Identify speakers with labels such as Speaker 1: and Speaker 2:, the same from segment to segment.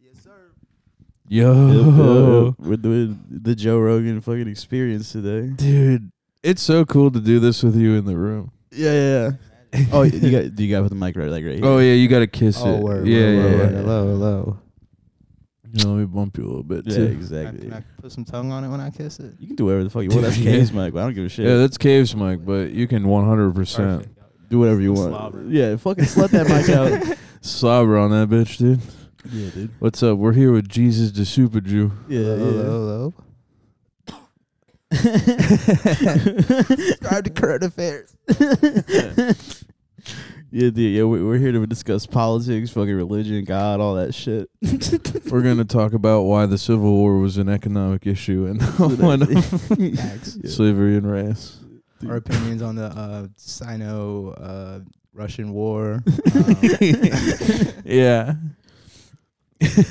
Speaker 1: Yo,
Speaker 2: We're doing the Joe Rogan fucking experience today.
Speaker 1: dude, it's so cool to do this with you in the room.
Speaker 2: Yeah, yeah. yeah. oh, you got you got with the mic right, like right here.
Speaker 1: Oh yeah, you gotta kiss
Speaker 3: Oh,
Speaker 1: it.
Speaker 3: word,
Speaker 1: yeah,
Speaker 3: word,
Speaker 1: yeah,
Speaker 3: word, word.
Speaker 1: yeah.
Speaker 3: Hello, hello.
Speaker 1: You know, let me bump you a little bit
Speaker 2: yeah,
Speaker 1: too.
Speaker 3: Can I-
Speaker 2: exactly.
Speaker 3: Can I put some tongue on it when I kiss it?
Speaker 2: You can do whatever the fuck you want. That's
Speaker 1: Yeah.
Speaker 2: Cave's mic. but I don't give a shit.
Speaker 1: Yeah, that's caves, Mike, but you can 100%
Speaker 2: do whatever you want.
Speaker 3: Slobber.
Speaker 2: Yeah, fucking slut that mic out.
Speaker 1: slobber on that bitch, dude.
Speaker 2: Yeah, dude.
Speaker 1: What's up? We're here with Jesus the Super Jew.
Speaker 2: Yeah,
Speaker 3: Hello,
Speaker 2: yeah.
Speaker 3: hello,
Speaker 2: Subscribe to current affairs. yeah, dude. Yeah, we- we're here to discuss politics, fucking religion, God, all that shit.
Speaker 1: We're going to talk about why the Civil War was an economic issue and not one of
Speaker 3: hello. Facts.
Speaker 1: slavery and race.
Speaker 3: Our opinions on the uh, Sino uh, Russian War. Um,
Speaker 1: Yeah.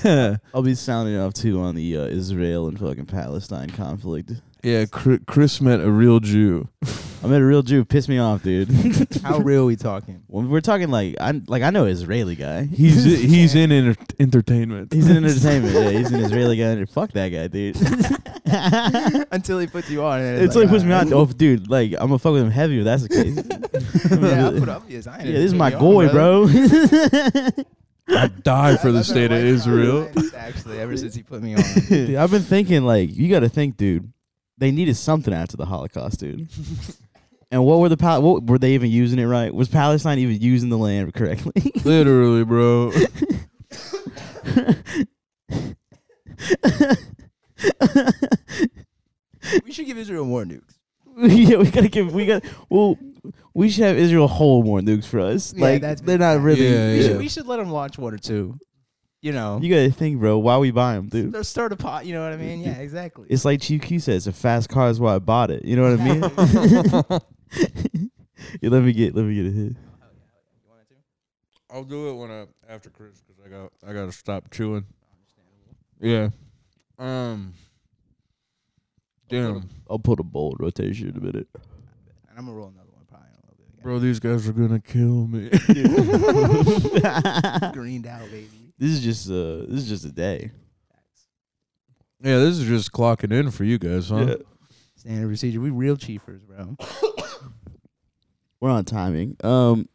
Speaker 1: yeah,
Speaker 2: I'll be sounding off too on the uh, Israel and fucking Palestine conflict.
Speaker 1: Chri- Chris met a real Jew.
Speaker 2: I met a real Jew. Piss me off, dude.
Speaker 3: Um, how real we talking?
Speaker 2: When we're talking like I like I know Israeli guy.
Speaker 1: He's he's in enter- entertainment.
Speaker 2: He's in entertainment. yeah, he's an Israeli guy. Fuck that guy, dude.
Speaker 3: Until he puts you on. And
Speaker 2: It's like puts me
Speaker 3: alright.
Speaker 2: on. Oh, dude. Like I'm gonna fuck with him heavy. If that's the case.
Speaker 3: yeah, I put up with this. I ain't
Speaker 2: Yeah, this is
Speaker 3: put
Speaker 2: my
Speaker 3: you on,
Speaker 2: boy, bro.
Speaker 1: I die for the
Speaker 3: I've been
Speaker 1: state of
Speaker 3: like,
Speaker 1: Israel.
Speaker 3: Actually, ever since he put me on.
Speaker 2: Dude, I've been thinking like you got to think, dude. They needed something after the Holocaust, dude. and what were the pal- what were they even using it right? Was Palestine even using the land correctly?
Speaker 1: Literally, bro.
Speaker 3: we should give Israel more nukes.
Speaker 2: yeah, we gotta give we got well. We should have Israel whole more nukes for us.
Speaker 3: Yeah,
Speaker 2: like
Speaker 3: that's-
Speaker 2: they're not really.
Speaker 1: Yeah,
Speaker 3: We,
Speaker 1: yeah.
Speaker 3: should, we should let them launch one or two. You know,
Speaker 2: You gotta think, bro. Why we buy them, dude?
Speaker 3: They're start a pot. You know what I mean? Yeah, exactly.
Speaker 2: It's like Chief Q says, a fast car is why I bought it. You know what I mean? Yeah, let me get let me get a hit.
Speaker 1: I'll do it when I after Chris because I got I gotta stop chewing. Yeah. Um. Damn,
Speaker 2: I'll put a bold rotation in a minute.
Speaker 3: and I'm gonna roll another one probably in a little bit. We got
Speaker 1: bro, these guys are gonna kill me.
Speaker 3: greened out, baby.
Speaker 2: This is just uh this is just a day.
Speaker 1: yeah, this is just clocking in for you guys, huh?
Speaker 2: Yeah.
Speaker 3: Standard procedure. We real chiefers, bro.
Speaker 2: We're on timing. Um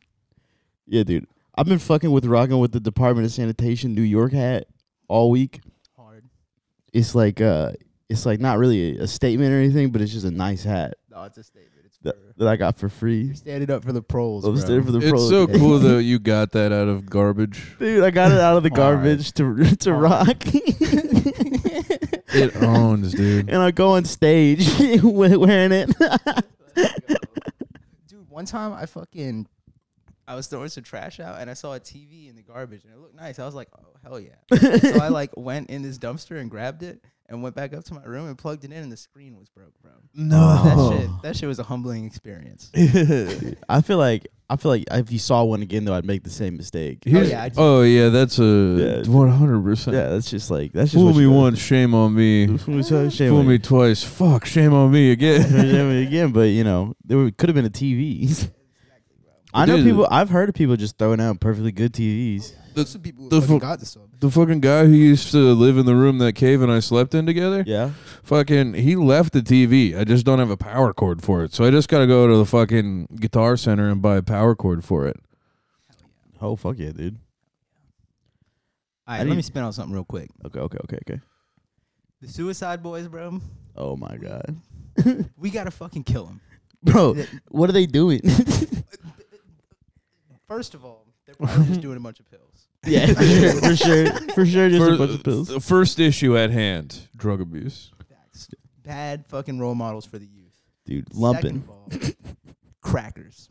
Speaker 2: Yeah, dude. I've been fucking with rocking with the Department of Sanitation New York hat all week.
Speaker 3: Hard.
Speaker 2: It's like uh it's like not really a, a statement or anything, but it's just a nice hat
Speaker 3: No, it's a statement. It's
Speaker 2: that,
Speaker 3: for
Speaker 2: that I got for free.
Speaker 3: you're standing up for the pros.
Speaker 2: I'm
Speaker 3: bro.
Speaker 2: Oh, standing for the
Speaker 1: It's
Speaker 2: pros.
Speaker 1: so cool that you got that out of garbage.
Speaker 2: Dude, I got it out of the
Speaker 3: All right.
Speaker 2: garbage to to
Speaker 3: All
Speaker 2: rock,
Speaker 1: Oh. It um, owns, dude.
Speaker 2: and I go on stage we- wearing it.
Speaker 3: Dude, one time I fucking I was throwing some trash out and I saw a TV in the garbage and it looked nice. I was like, oh hell yeah. so I like went in this dumpster and grabbed it and went back up to my room and plugged it in and the screen was broke, bro.
Speaker 2: No.
Speaker 3: That shit that shit was a humbling experience.
Speaker 2: I feel like I feel like if you saw one again though, I'd make the same mistake.
Speaker 1: Here's-
Speaker 3: yeah, I just-
Speaker 1: oh yeah, that's
Speaker 2: Yeah.
Speaker 1: a one hundred
Speaker 2: Yeah,
Speaker 1: percent.
Speaker 2: that's just like that's just
Speaker 1: Fool
Speaker 2: what
Speaker 1: me
Speaker 2: you gotta
Speaker 1: once, shame on me.
Speaker 2: do. Fool me twice, shame
Speaker 1: Fool
Speaker 2: on
Speaker 1: me
Speaker 2: you.
Speaker 1: twice, fuck, shame on me again.
Speaker 2: Shame on you again, but you know there could have been a TV. I know
Speaker 1: Dude.
Speaker 2: people. I've heard of people just throwing out perfectly good TVs.
Speaker 1: The-
Speaker 3: Some people
Speaker 1: the fu-
Speaker 3: fucking got this one.
Speaker 1: The fucking guy who used to live in the room that Cave and I slept in together,
Speaker 2: Yeah,
Speaker 1: fucking, he left the TV. I just don't have a power cord for it. So I just got to go to the fucking guitar center and buy a power cord for it.
Speaker 2: oh fuck yeah, dude.
Speaker 3: All
Speaker 2: I
Speaker 3: right, let
Speaker 2: need-
Speaker 3: me spin on something real quick.
Speaker 2: Okay, okay, okay, okay.
Speaker 3: The Suicide Boys, bro.
Speaker 2: Oh my god,
Speaker 3: We gotta fucking kill them.
Speaker 2: bro, what are they doing?
Speaker 3: First of all, they're probably just doing a bunch of pills.
Speaker 2: yeah, for sure, for sure, for sure, just a bunch of pills.
Speaker 1: The first issue at hand drug abuse.
Speaker 3: Facts. Bad fucking role models for the youth.
Speaker 2: Dude,
Speaker 3: Second
Speaker 2: lumping.
Speaker 3: of all, crackers.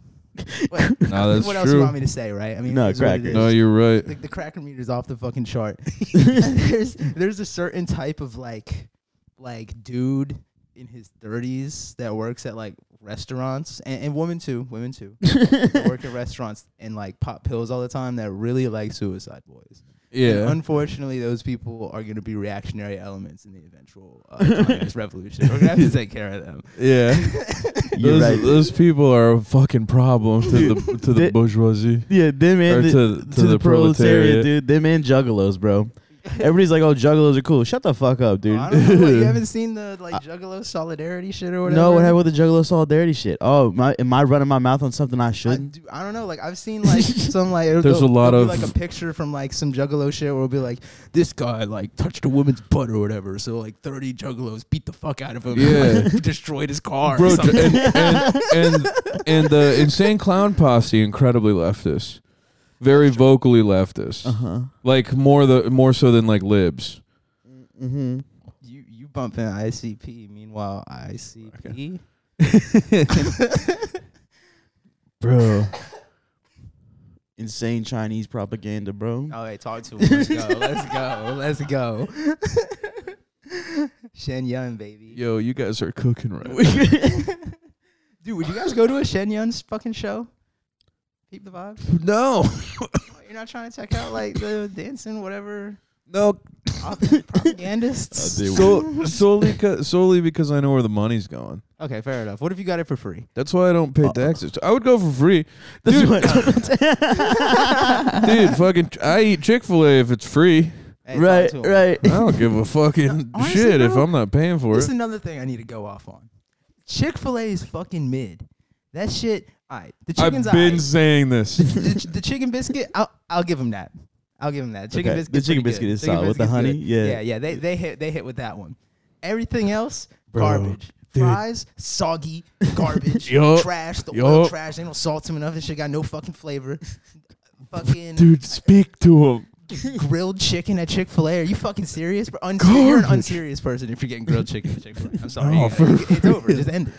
Speaker 3: What,
Speaker 1: Nah, that's
Speaker 3: what else you
Speaker 1: true.
Speaker 3: want me to say, right? I mean,
Speaker 2: No,
Speaker 3: it is what it
Speaker 2: crackers.
Speaker 3: is.
Speaker 1: No, you're right.
Speaker 3: the, the cracker meter's off the fucking chart. there's there's a certain type of like like dude in his 30s that works at like restaurants and, and women too, women too. that work at restaurants and like pop pills all the time that really like suicide boys. And
Speaker 1: Yeah.
Speaker 3: unfortunately, those people are going to be reactionary elements in the eventual uh, communist revolution. We're going to have to take care of them.
Speaker 1: Yeah.
Speaker 2: You're
Speaker 1: those,
Speaker 2: right.
Speaker 1: those people are a fucking problem to the to the
Speaker 2: They-
Speaker 1: bourgeoisie.
Speaker 2: Yeah, them
Speaker 1: Or
Speaker 2: and the,
Speaker 1: to-
Speaker 2: to,
Speaker 1: to
Speaker 2: the,
Speaker 1: the
Speaker 2: proletariat,
Speaker 1: proletariat.
Speaker 2: dude. Them and juggalos, bro. Everybody's like, "Oh, juggalos are cool." Shut the fuck up, dude.
Speaker 3: Oh, I don't know, what, you haven't seen the like Juggalo solidarity shit or whatever.
Speaker 2: No, what happened with the Juggalo solidarity shit? Oh, my, am I running my mouth on something I
Speaker 3: I,
Speaker 2: shouldn't?
Speaker 3: do, I don't know. Like I've seen like some like it'll-
Speaker 1: There's a
Speaker 3: there'll
Speaker 1: lot
Speaker 3: be,
Speaker 1: of-
Speaker 3: like a picture from like some Juggalo shit where it'll be like this guy like touched a woman's butt or whatever. So like 30 Juggalos beat the fuck out of him. and, like, destroyed his car. or
Speaker 1: Bro,
Speaker 3: something.
Speaker 1: and, and, and, and the insane clown posse incredibly leftist, very vocally leftist,
Speaker 2: Uh
Speaker 3: Uh-huh.
Speaker 2: huh.
Speaker 1: like more the more so than like libs.
Speaker 2: Mm-hmm.
Speaker 3: you you bumping ICP. Meanwhile, ICP.
Speaker 2: Bro. Insane Chinese propaganda, bro.
Speaker 3: All right, talk to him. Let's go. Let's go. Let's go. Shenyun, baby.
Speaker 1: Yo, you guys are cooking right.
Speaker 3: Dude, would you guys go to a Shenyun's fucking show? Peep the vibe.
Speaker 1: no,
Speaker 3: You're not trying to check out like the dancing, whatever
Speaker 1: no,
Speaker 3: op- propagandists.
Speaker 2: I did.
Speaker 1: so, solely ca- solely because I know where the money's going.
Speaker 3: okay, fair enough. What if you got it for free?
Speaker 1: That's why I don't pay
Speaker 2: Uh.
Speaker 1: taxes. I would go for free,
Speaker 2: That's
Speaker 1: dude.
Speaker 2: what-
Speaker 1: dude, fucking, I eat Chick Fil A if it's free.
Speaker 3: Hey, talk
Speaker 2: right,
Speaker 3: to 'em.
Speaker 2: right.
Speaker 1: I don't give a fucking
Speaker 3: honestly,
Speaker 1: shit if
Speaker 3: bro,
Speaker 1: I'm not paying for
Speaker 3: This
Speaker 1: it.
Speaker 3: is another thing I need to go off on. Chick Fil A is fucking mid. That shit. All right, the
Speaker 1: I've
Speaker 3: chicken's
Speaker 1: been
Speaker 3: aight.
Speaker 1: saying this.
Speaker 3: the, ch- the chicken biscuit, I'll I'll give him that. I'll give him that. Chicken
Speaker 2: Okay, the
Speaker 3: biscuit.
Speaker 2: chicken biscuit is solid with the honey, yeah.
Speaker 3: yeah, yeah. They they hit they hit with that one. Everything else,
Speaker 1: Bro,
Speaker 3: garbage.
Speaker 1: dude.
Speaker 3: Fries, soggy, garbage,
Speaker 1: Yup,
Speaker 3: trash. The oil
Speaker 1: yup.
Speaker 3: trash. They don't salt him enough. This shit got no fucking flavor. Fucking
Speaker 1: Dude, speak to him.
Speaker 3: grilled chicken at Chick Fil A. Are you fucking serious? Bro, Unser- you're an
Speaker 1: Garbage.
Speaker 3: unserious person if you're getting grilled chicken at Chick Fil A. I'm sorry.
Speaker 1: No,
Speaker 3: You-
Speaker 1: for
Speaker 3: it- it's over. Just end it.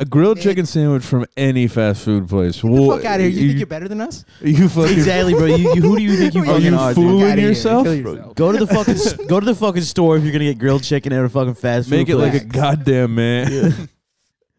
Speaker 1: A grilled
Speaker 3: Man.
Speaker 1: chicken sandwich from any fast food place.
Speaker 3: Get the fuck out of here. You,
Speaker 1: You,
Speaker 3: think you're better than us?
Speaker 1: you fucking
Speaker 2: exactly, bro. You, you, who do you think you
Speaker 1: Are
Speaker 2: fucking
Speaker 1: you
Speaker 2: are,
Speaker 1: fool?
Speaker 2: dude?
Speaker 1: Fooling
Speaker 3: Fuck outta here.
Speaker 1: yourself?
Speaker 3: Kill
Speaker 2: Bro,
Speaker 3: yourself.
Speaker 2: Go to the fucking s- go to the fucking store if you're gonna get grilled chicken at a fucking fast food.
Speaker 1: make it like a
Speaker 2: place.
Speaker 1: goddamn man.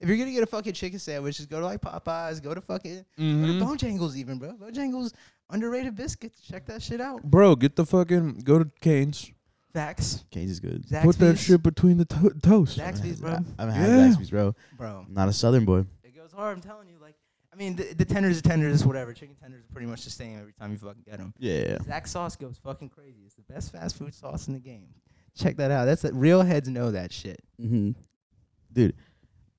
Speaker 3: If you're gonna get a fucking chicken sandwich, just go to like Popeyes, go to fucking
Speaker 1: Mhm.
Speaker 2: Mm-hmm.
Speaker 3: go to Bojangles even, bro. Bojangles underrated biscuits. Check that shit out.
Speaker 1: Bro, get the fucking go to Canes.
Speaker 3: Facts.
Speaker 2: Cage is good.
Speaker 3: Zaxby's.
Speaker 1: Put that shit between the to- toast.
Speaker 3: Zaxby's, bro.
Speaker 2: I haven't had
Speaker 1: Yeah.
Speaker 2: Zaxby's, bro.
Speaker 3: Bro,
Speaker 2: I'm not a Southern boy.
Speaker 3: it goes hard. I'm telling you, like, I mean, the, the tenders are tenders, whatever. Chicken tenders are pretty much the same every time you fucking get them.
Speaker 2: Yeah.
Speaker 3: Zax sauce goes fucking crazy. It's the best fast food sauce in the game. Check that out. That's real heads know that shit.
Speaker 2: Mm-hmm. Dude,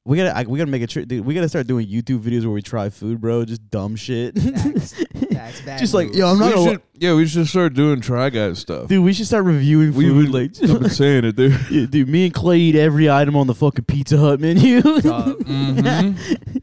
Speaker 2: we gotta I, we gotta make a trip, dude. We gotta start doing YouTube videos where we try food, bro. Just dumb shit.
Speaker 3: Facts. Facts. Bad
Speaker 2: Just like,
Speaker 3: moves.
Speaker 2: yo, I'm not.
Speaker 1: We
Speaker 2: Gonna,
Speaker 1: should, yeah, we should start doing Try Guys stuff.
Speaker 2: dude, we should start reviewing
Speaker 1: we
Speaker 2: food.
Speaker 1: would
Speaker 2: like,
Speaker 1: I've been saying it, dude.
Speaker 2: yeah, dude, me and Clay eat every item on the fucking Pizza Hut menu.
Speaker 3: Dog.
Speaker 2: Mm-hmm.
Speaker 1: Mhm.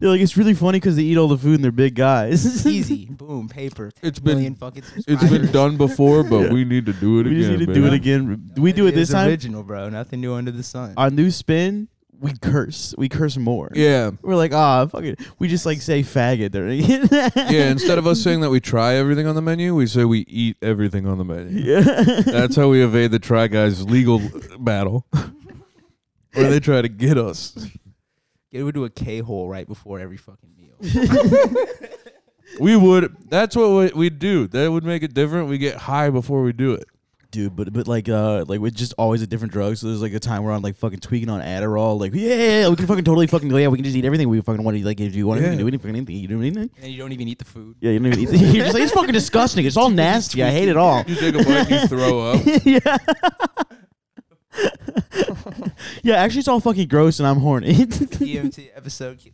Speaker 2: They're like, it's really funny because they eat all the food and they're big guys.
Speaker 3: Easy. Boom. Paper.
Speaker 1: It's
Speaker 3: Million
Speaker 1: been
Speaker 3: fucking
Speaker 1: it's been
Speaker 3: subscribers.
Speaker 1: done before, but
Speaker 2: Yeah.
Speaker 1: we need to do it
Speaker 2: we just
Speaker 1: again.
Speaker 2: need to
Speaker 1: man.
Speaker 2: do it again. Do we do it
Speaker 3: Ideas
Speaker 2: this time?
Speaker 3: Original, bro. Nothing new under the sun.
Speaker 2: Our new spin, we curse. We curse more.
Speaker 1: Yeah.
Speaker 2: We're like, ah, fuck it. We just like say faggot during it.
Speaker 1: Yeah, instead of us saying that we try everything on the menu, we say we eat everything on the menu.
Speaker 2: yeah.
Speaker 1: That's how we evade the Try Guys legal battle. Where they try to get us.
Speaker 3: It would do a K hole right before every fucking meal.
Speaker 1: We would. That's what we- we'd do. That would make it different. We get high before we do it.
Speaker 2: Dude, but but like uh like with just always a different drug. So there's like a time where I'm like fucking tweaking on Adderall, like, yeah, we can fucking totally fucking yeah, we can just eat everything we fucking want to eat. Like if you want to
Speaker 1: Yeah.
Speaker 2: do anything, fucking anything, you do anything.
Speaker 3: and you don't even eat the food.
Speaker 2: Yeah, you don't even eat You're just like, it's fucking disgusting. It's all nasty. I hate it all.
Speaker 1: You take a bite, you throw up.
Speaker 2: yeah. yeah, actually it's all fucking gross and I'm horny.
Speaker 3: EMT episode, you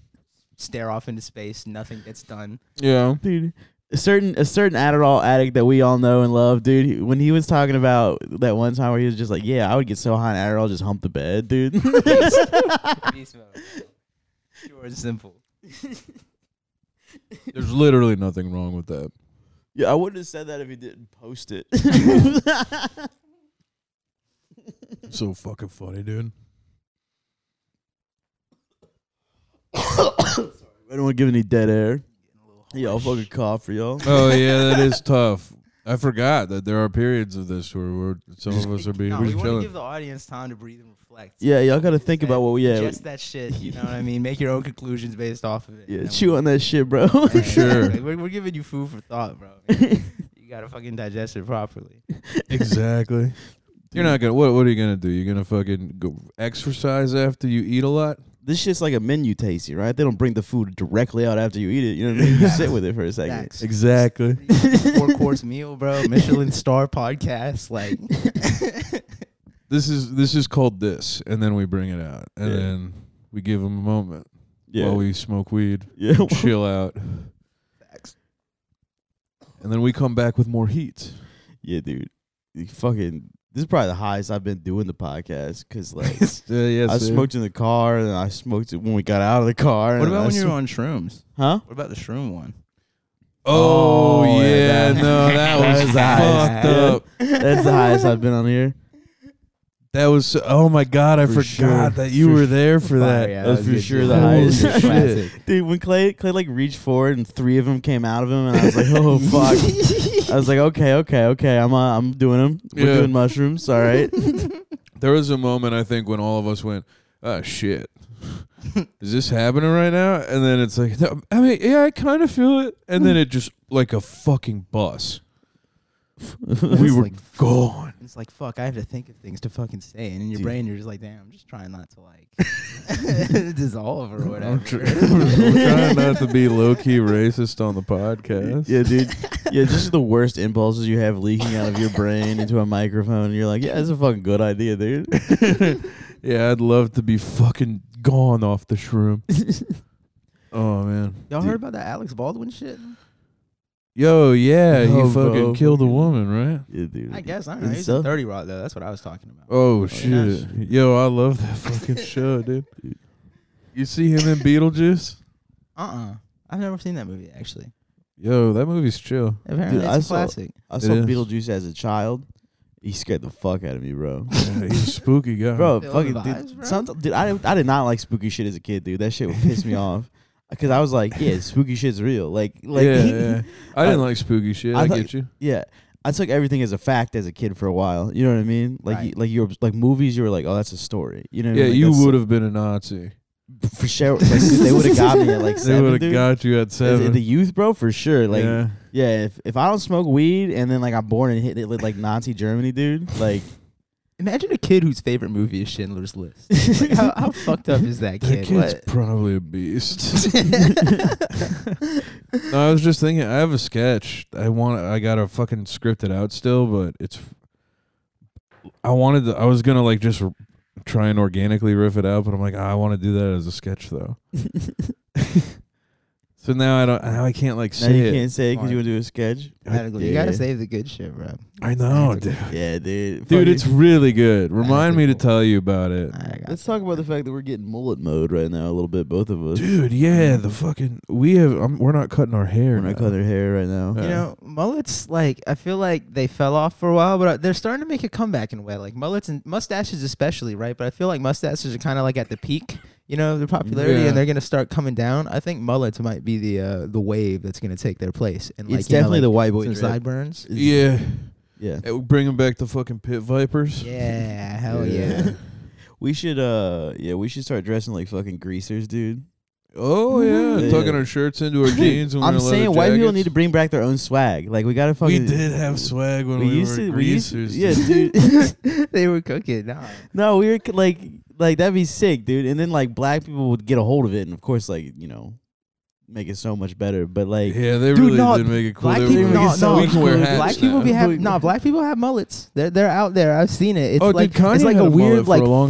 Speaker 3: stare off into space. Nothing gets done.
Speaker 1: Yeah.
Speaker 2: dude. A certain a certain Adderall addict that we all know and love, dude. he- When he was talking about that one time where he was just like, "Yeah, I would get so high on Adderall, just hump the bed, dude."
Speaker 3: Beast mode. Pure and simple.
Speaker 1: There's literally nothing wrong with that.
Speaker 2: yeah, I wouldn't have said that if he didn't post it.
Speaker 1: So fucking funny, dude.
Speaker 2: I don't want to give any dead air.
Speaker 3: Getting a little
Speaker 2: Yeah, I'll
Speaker 3: harsh.
Speaker 2: fucking cough for y'all.
Speaker 1: Oh yeah, that is tough. I forgot that there are periods of this where we're, some of us are being
Speaker 3: No,
Speaker 1: we're
Speaker 3: we want to
Speaker 1: chilling.
Speaker 3: give the audience time to breathe and reflect.
Speaker 2: Yeah, y'all gotta think about what. Yeah,
Speaker 3: Just that shit. You know what I mean? Make your own conclusions based off of it.
Speaker 2: yeah,
Speaker 3: and then
Speaker 2: chew
Speaker 3: we'll-
Speaker 2: on that shit, bro.
Speaker 1: For sure.
Speaker 3: We're, we're giving you food for thought, bro. you gotta fucking digest it properly.
Speaker 1: exactly. You're not gonna. What What are you gonna do? You're gonna fucking go exercise after you eat a lot.
Speaker 2: this shit's like a menu tasty, right? They don't bring the food directly out after you eat it. You know what I mean? You
Speaker 3: Facts.
Speaker 2: sit with it for a second.
Speaker 3: Facts.
Speaker 1: Exactly.
Speaker 3: four course meal, bro. Michelin star podcast, like
Speaker 1: This is this is called this, and then we bring it out, and
Speaker 2: Yeah.
Speaker 1: then we give them a moment
Speaker 2: Yeah.
Speaker 1: while we smoke weed,
Speaker 2: yeah.
Speaker 1: chill out, and then we come back with more heat.
Speaker 2: yeah, dude. You fucking this is probably the highest I've been doing the podcast cuz like
Speaker 1: Uh, yes,
Speaker 2: I smoked in the car and I smoked it when we got out of the car.
Speaker 3: What
Speaker 2: and I
Speaker 3: about when you
Speaker 2: sm-
Speaker 3: were on shrooms?
Speaker 2: Huh?
Speaker 3: What about the shroom one?
Speaker 1: Oh,
Speaker 2: Oh, yeah,
Speaker 1: yeah,
Speaker 2: that-
Speaker 1: no, that
Speaker 2: that
Speaker 1: was
Speaker 2: was ice,
Speaker 1: fucked
Speaker 2: dude.
Speaker 1: up.
Speaker 2: That's the highest I've been on here.
Speaker 1: That was so- oh my god, I
Speaker 2: For
Speaker 1: forgot
Speaker 2: sure.
Speaker 1: that you
Speaker 2: For
Speaker 1: were
Speaker 2: sure.
Speaker 1: there for that.
Speaker 2: that was for sure the
Speaker 1: highest.
Speaker 2: Dude, when Clay Clay like reached forward and three of them came out of him and I was like, "Oh fuck." I was like, "Okay, okay, okay. I'm uh, I'm doing them. We're
Speaker 1: Yeah.
Speaker 2: doing mushrooms, all right?"
Speaker 1: There was a moment I think when all of us went, "Oh shit, is this happening right now?" And then it's like, no, I mean, yeah, I kind of feel it, and then it just like a fucking bus. we
Speaker 3: It's
Speaker 1: were
Speaker 3: like-
Speaker 1: gone.
Speaker 3: It's like fuck. I have to think of things to fucking say, and in your
Speaker 2: Dude.
Speaker 3: brain, you're just like, damn. I'm just trying not to like dissolve or whatever.
Speaker 1: I'm, tr- I'm trying not to be low key racist on the podcast.
Speaker 2: Yeah, dude. Yeah, just the worst impulses you have leaking out of your brain into a microphone, and you're like, "Yeah, that's a fucking good idea, dude."
Speaker 1: Yeah, I'd love to be fucking gone off the shroom. oh man.
Speaker 3: Y'all heard about that Alex Baldwin shit?
Speaker 1: Yo, yeah,
Speaker 2: No,
Speaker 1: he fucking
Speaker 2: bro.
Speaker 1: killed a woman, right?
Speaker 2: Yeah, dude.
Speaker 3: I guess I don't
Speaker 2: Is
Speaker 3: know.
Speaker 2: it
Speaker 3: He's
Speaker 2: so?
Speaker 3: a thirty rock though. That's what I was talking about.
Speaker 1: Oh
Speaker 3: yeah.
Speaker 1: shit. Yo, I love that fucking show, dude. You see him in Beetlejuice? Oh.
Speaker 3: Uh uh-uh. uh. i have never seen that movie actually.
Speaker 1: Yo, that movie's chill.
Speaker 3: Apparently,
Speaker 2: Dude,
Speaker 3: it's
Speaker 2: I
Speaker 3: a
Speaker 2: saw-
Speaker 3: classic.
Speaker 2: I saw
Speaker 1: is.
Speaker 2: Beetlejuice as a child. He scared the fuck out of me, bro.
Speaker 1: Yeah, he's a spooky guy.
Speaker 2: Bro,
Speaker 3: Feel the
Speaker 2: fucking
Speaker 3: vibes,
Speaker 2: dude.
Speaker 3: bro?
Speaker 2: Sometimes, dude, I I did not like spooky shit as a kid, dude. That shit would piss me off. Uh, Cause I was like, yeah, spooky shit's real. Like, like,
Speaker 1: yeah, yeah. I didn't
Speaker 2: I-
Speaker 1: like spooky shit. I,
Speaker 2: I thought-
Speaker 1: get you.
Speaker 2: Yeah. I took everything as a fact as a kid for a while. You know what I mean? Like
Speaker 3: Right.
Speaker 2: you, like you were like movies. You were like, oh, that's a story. You know? what I
Speaker 1: Yeah,
Speaker 2: mean? Like,
Speaker 1: you
Speaker 2: that's-
Speaker 1: would have been a Nazi.
Speaker 2: for sure. Like, they would have got me at like
Speaker 1: They
Speaker 2: seven.
Speaker 1: would
Speaker 2: dude.
Speaker 1: have got you at
Speaker 2: As-
Speaker 1: seven.
Speaker 2: The youth, bro, for sure. Like, yeah.
Speaker 1: yeah.
Speaker 2: if if I don't smoke weed and then like I'm born and hit it like Nazi Germany, dude. Like,
Speaker 3: Imagine a kid whose favorite movie is Schindler's List. Like, how, how fucked up is
Speaker 1: That
Speaker 3: that kid?
Speaker 1: kid's
Speaker 3: What?
Speaker 1: probably a beast. no, I was just thinking. I have a sketch. I want. I gotta fucking script it out still, but it's. I wanted. To, I was gonna like just r- try and organically riff it out, but I'm like, "Ah, I want to do that as a sketch though. so now I don't. Now I can't like
Speaker 2: now
Speaker 1: say
Speaker 2: you
Speaker 1: it.
Speaker 2: can't say it because you want to do a sketch.
Speaker 3: Gotta- you
Speaker 2: Yeah.
Speaker 3: gotta save the good shit, bro.
Speaker 1: I know, dude.
Speaker 2: Yeah,
Speaker 1: Dude,
Speaker 2: dude. Fucking-
Speaker 1: it's really good. Remind me to
Speaker 3: think we'll-
Speaker 1: tell you about it.
Speaker 3: I got
Speaker 2: Let's talk about the fact that we're getting mullet mode right now a little bit, both of us.
Speaker 1: Dude, yeah, the fucking we have. i we're not cutting our hair.
Speaker 2: we're not
Speaker 1: now.
Speaker 2: cutting our hair right now.
Speaker 1: Yeah.
Speaker 3: You know, mullets like I feel like they fell off for a while, but uh, they're starting to make a comeback in a way. Like mullets and mustaches, especially, right? But I feel like mustaches are kind of like at the peak, you know, the popularity,
Speaker 1: Yeah.
Speaker 3: and they're gonna start coming down. I think mullets might be the uh, the wave that's gonna take their place. And like
Speaker 2: it's definitely the white boy
Speaker 3: the
Speaker 2: drip.
Speaker 3: sideburns.
Speaker 1: Yeah,
Speaker 2: Yeah.
Speaker 1: it would bring them back to fucking pit vipers.
Speaker 3: Yeah, hell yeah.
Speaker 2: We should uh yeah, we should start dressing like fucking greasers, dude.
Speaker 1: Oh yeah,
Speaker 2: Yeah.
Speaker 1: tucking our shirts into our jeans. When
Speaker 2: I'm
Speaker 1: we're
Speaker 2: saying white people need to bring back their own swag. Like we gotta
Speaker 1: We
Speaker 2: fucking
Speaker 1: did have swag when
Speaker 2: we
Speaker 1: we,
Speaker 2: used
Speaker 1: were
Speaker 2: to- we used-
Speaker 1: greasers.
Speaker 2: yeah,
Speaker 1: dude.
Speaker 2: dude.
Speaker 3: they were cooking. Nah.
Speaker 2: No, we were c- like like that'd be sick, dude. And then like black people would get a hold of it and of course like, you know, make it so much better. But like
Speaker 1: yeah, they
Speaker 3: Dude,
Speaker 1: really
Speaker 3: no,
Speaker 1: did make it cool.
Speaker 3: Black
Speaker 1: They
Speaker 3: people,
Speaker 1: were-
Speaker 3: no,
Speaker 2: so
Speaker 1: we can
Speaker 2: cool.
Speaker 1: wear hats
Speaker 3: Black people
Speaker 1: now.
Speaker 3: be have
Speaker 2: Like-
Speaker 3: no. Black people have mullets. They're they're out there. I've seen it. It's
Speaker 1: Oh, dude,
Speaker 3: like
Speaker 1: Kanye
Speaker 3: it's like
Speaker 1: had
Speaker 3: a
Speaker 1: a mullet
Speaker 3: weird
Speaker 1: for a
Speaker 3: like
Speaker 1: long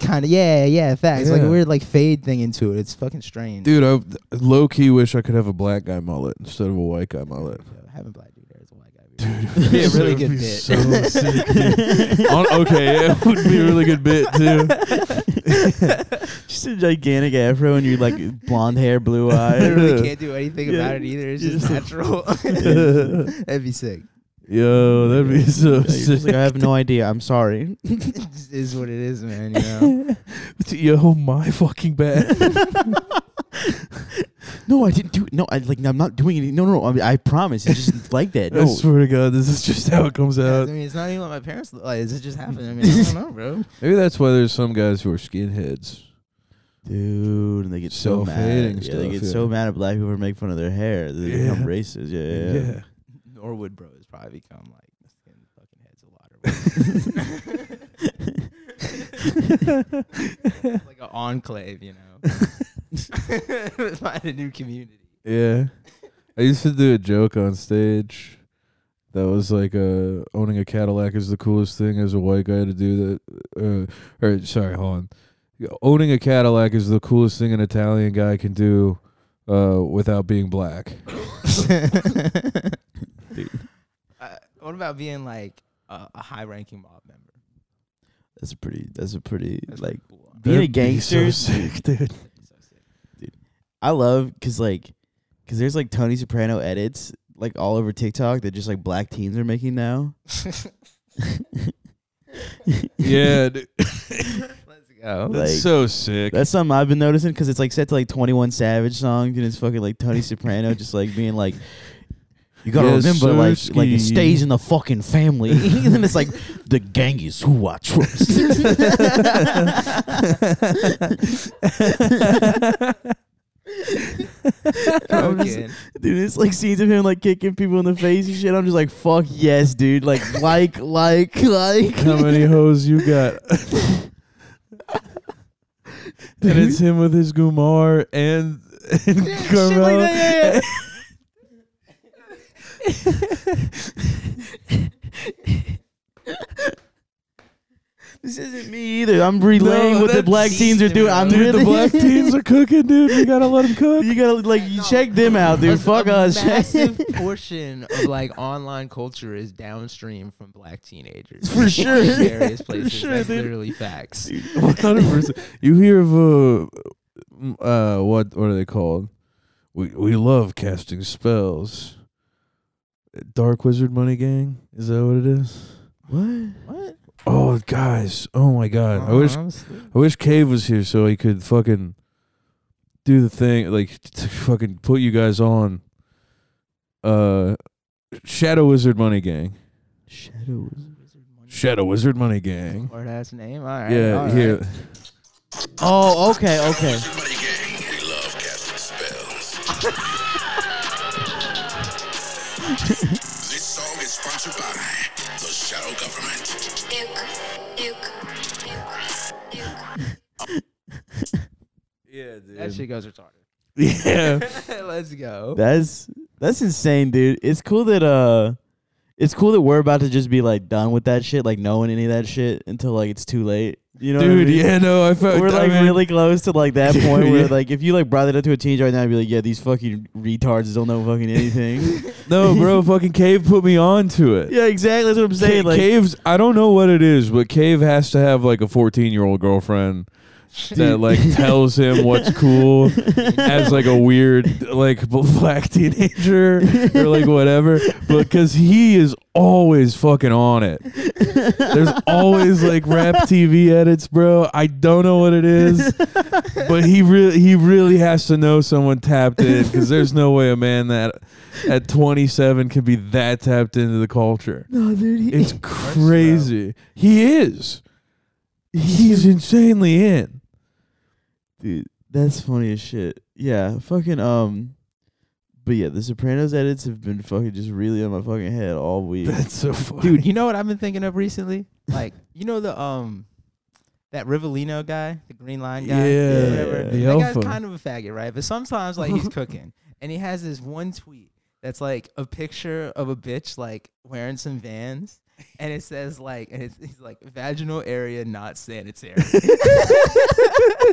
Speaker 1: time.
Speaker 3: kind of. Yeah, yeah. Facts. Like
Speaker 1: Yeah.
Speaker 3: a weird like fade thing into it. It's fucking strange.
Speaker 1: Dude, I low key wish I could have a black guy mullet instead of a white guy mullet.
Speaker 3: having black dude there is a white guy. Dude, be a
Speaker 1: That
Speaker 3: really
Speaker 1: would
Speaker 3: good
Speaker 1: be
Speaker 3: bit.
Speaker 1: So sick, dude. On- okay, yeah, it would be a really good bit too.
Speaker 2: just a gigantic afro and you're like blonde hair, blue
Speaker 3: I
Speaker 2: eye.
Speaker 1: Yeah.
Speaker 3: really can't do anything
Speaker 2: Yeah.
Speaker 3: about it either. It's
Speaker 2: Yeah.
Speaker 3: just natural. That'd be sick.
Speaker 1: Yo, that'd be so
Speaker 2: Like, you're just
Speaker 1: sick.
Speaker 2: like, I have no idea. I'm sorry.
Speaker 3: It just is what it is, man. You know.
Speaker 1: Yo, my fucking bad.
Speaker 2: No, I didn't do. No, I like. I'm not doing any. No, no. I, mean, I promise. It's just like that.
Speaker 1: I
Speaker 2: No,
Speaker 1: swear to God, this is just how it comes
Speaker 3: I
Speaker 1: out.
Speaker 3: mean, it's not even what my parents look like. It's just happening. I mean, I don't know, bro.
Speaker 1: Maybe that's why there's some guys who are skinheads.
Speaker 2: dude, and they get so
Speaker 1: Self-hating
Speaker 2: mad. Yeah, they
Speaker 1: stuff,
Speaker 2: get
Speaker 1: yeah.
Speaker 2: so mad at black people for making fun of their hair. They
Speaker 1: Yeah.
Speaker 2: become racist. Yeah, yeah. yeah.
Speaker 3: Norwood bro has probably become like fucking heads a lot. like an enclave, you know. Find a new community.
Speaker 1: Yeah. I used to do a joke on stage that was like uh, owning a Cadillac is the coolest thing as a white guy to do that. Uh, or, sorry, hold on. Owning a Cadillac is the coolest thing an Italian guy can do uh, without being black.
Speaker 3: Uh, what about being like a, a high-ranking mob member?
Speaker 2: That's a pretty. That's a pretty
Speaker 3: That's
Speaker 2: like.
Speaker 3: cool.
Speaker 2: Being a
Speaker 1: That'd be so
Speaker 2: gangster-
Speaker 1: sick, dude.
Speaker 3: So sick.
Speaker 2: I love because like, because there's like Tony Soprano edits like all over TikTok that just like black teens are making now.
Speaker 1: Yeah, dude.
Speaker 3: Let's go.
Speaker 1: That's
Speaker 2: Like,
Speaker 1: so sick.
Speaker 2: That's something I've been noticing because it's like set to like Twenty One Savage songs and it's fucking like Tony Soprano just like being like, you gotta
Speaker 1: Yes,
Speaker 2: remember like
Speaker 1: sirski.
Speaker 2: like it stays in the fucking family and then it's like the gang is who I trust. I'm just-
Speaker 3: Broken.
Speaker 2: Dude, it's like scenes of him like kicking people in the face and shit. I'm just like, fuck yes, dude. Like, like, like, like.
Speaker 1: How many hoes you got? and it's him with his Gumar and and
Speaker 3: shit like
Speaker 1: Carmelo.
Speaker 3: that,
Speaker 2: This isn't me either. I'm relaying
Speaker 1: No,
Speaker 2: what the
Speaker 1: that's-
Speaker 2: black teens are doing. I'm
Speaker 1: Dude,
Speaker 2: really
Speaker 1: the black teens are cooking, dude. We gotta let them cook.
Speaker 2: You gotta like you
Speaker 3: No.
Speaker 2: check them out, dude. Fuck
Speaker 3: a
Speaker 2: us.
Speaker 3: Massive portion of like online culture is downstream from black teenagers.
Speaker 2: For
Speaker 3: In
Speaker 2: sure.
Speaker 3: various places.
Speaker 2: sure,
Speaker 3: That's
Speaker 2: dude.
Speaker 3: literally facts.
Speaker 1: One hundred percent. You hear of uh, m- uh, what what are they called? We we love casting spells. Dark Wizard Money Gang is that what it is?
Speaker 2: what?
Speaker 3: What?
Speaker 1: Oh guys, oh my god! I
Speaker 3: Oh,
Speaker 1: wish
Speaker 3: I'm asleep.
Speaker 1: I wish Cave was here so he could fucking do the thing, like t- fucking put you guys on. Uh, Shadow Wizard Money Gang.
Speaker 2: Shadows.
Speaker 1: Shadow Wizard Money Gang.
Speaker 3: Or that's name. All right.
Speaker 1: yeah,
Speaker 3: all right.
Speaker 1: here.
Speaker 2: Oh, okay, okay.
Speaker 4: This song is sponsored by the Shadow Government.
Speaker 1: Yeah, dude.
Speaker 3: That shit goes retarded.
Speaker 1: yeah.
Speaker 3: Let's go.
Speaker 2: That's that's insane, dude. It's cool that uh it's cool that we're about to just be like done with that shit, like knowing any of that shit until like it's too late. You know, what I
Speaker 1: Dude,
Speaker 2: mean?
Speaker 1: yeah, no, I felt.
Speaker 2: We're
Speaker 1: I
Speaker 2: like
Speaker 1: mean,
Speaker 2: really close to like that
Speaker 1: Dude,
Speaker 2: point where
Speaker 1: yeah.
Speaker 2: like if you like brought it up to a teenager right now, I'd be like, yeah, these fucking retards don't know fucking anything.
Speaker 1: No, bro, fucking Cave put me on to it.
Speaker 2: yeah, exactly. That's what I'm saying.
Speaker 1: Ca-
Speaker 2: like,
Speaker 1: Cave's, I don't know what it is, but Cave has to have like a 14 year old girlfriend that like tells him what's cool as like a weird like b- black teenager or like whatever. But because he is always fucking on it. There's always like rap TV edits, bro. I don't know what it is, but he really he really has to know someone tapped in because there's no way a man that at 27 can be that tapped into the culture.
Speaker 2: no, dude. he-
Speaker 1: It's crazy. He is. He's insanely in.
Speaker 2: Dude, that's funny as shit. Yeah, fucking um but yeah, the Sopranos edits have been fucking just really on my fucking head all week.
Speaker 1: That's so funny.
Speaker 3: Dude, you know what I've been thinking of recently? Like, you know the um that Rivellino guy, the Green Line guy,
Speaker 1: Yeah,
Speaker 3: whatever.
Speaker 2: the
Speaker 3: that
Speaker 1: alpha.
Speaker 3: guy's kind of a faggot, right? But sometimes like he's cooking, and he has this one tweet that's like a picture of a bitch like wearing some Vans, and it says like, and it's, it's like vaginal area not sanitary.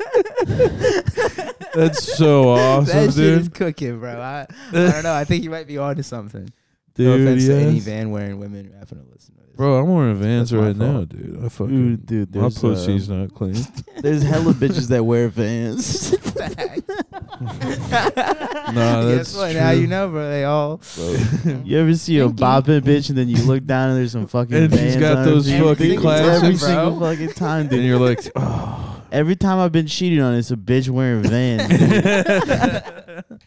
Speaker 1: That's so awesome,
Speaker 3: that shit
Speaker 1: dude.
Speaker 3: is cooking, bro. I, I don't know. I think you might be onto something. no
Speaker 1: Dude,
Speaker 3: offense to any
Speaker 1: yes.
Speaker 3: van wearing women rapping to listen to this.
Speaker 1: Bro, I'm wearing Vans
Speaker 3: That's my
Speaker 1: right now,
Speaker 3: fault.
Speaker 1: dude. I fucking
Speaker 2: Dude, dude,
Speaker 1: my
Speaker 2: there's
Speaker 1: pussy's
Speaker 2: uh,
Speaker 1: not clean.
Speaker 2: there's hella bitches that wear Vans.
Speaker 1: Nah,
Speaker 3: Guess
Speaker 1: that's
Speaker 3: what? Now
Speaker 1: true.
Speaker 3: you know, bro. They all
Speaker 2: you ever see a bopping bitch and then you look down and there's some fucking
Speaker 1: And she's
Speaker 2: Vans
Speaker 1: got
Speaker 2: on her
Speaker 1: those
Speaker 2: feet?
Speaker 1: fucking
Speaker 2: Every single-
Speaker 1: classic-
Speaker 2: every
Speaker 3: bro.
Speaker 2: single fucking time,
Speaker 1: and
Speaker 2: dude.
Speaker 1: you're like, oh,
Speaker 2: Every time I've been cheated on, it's a bitch wearing Vans. dude.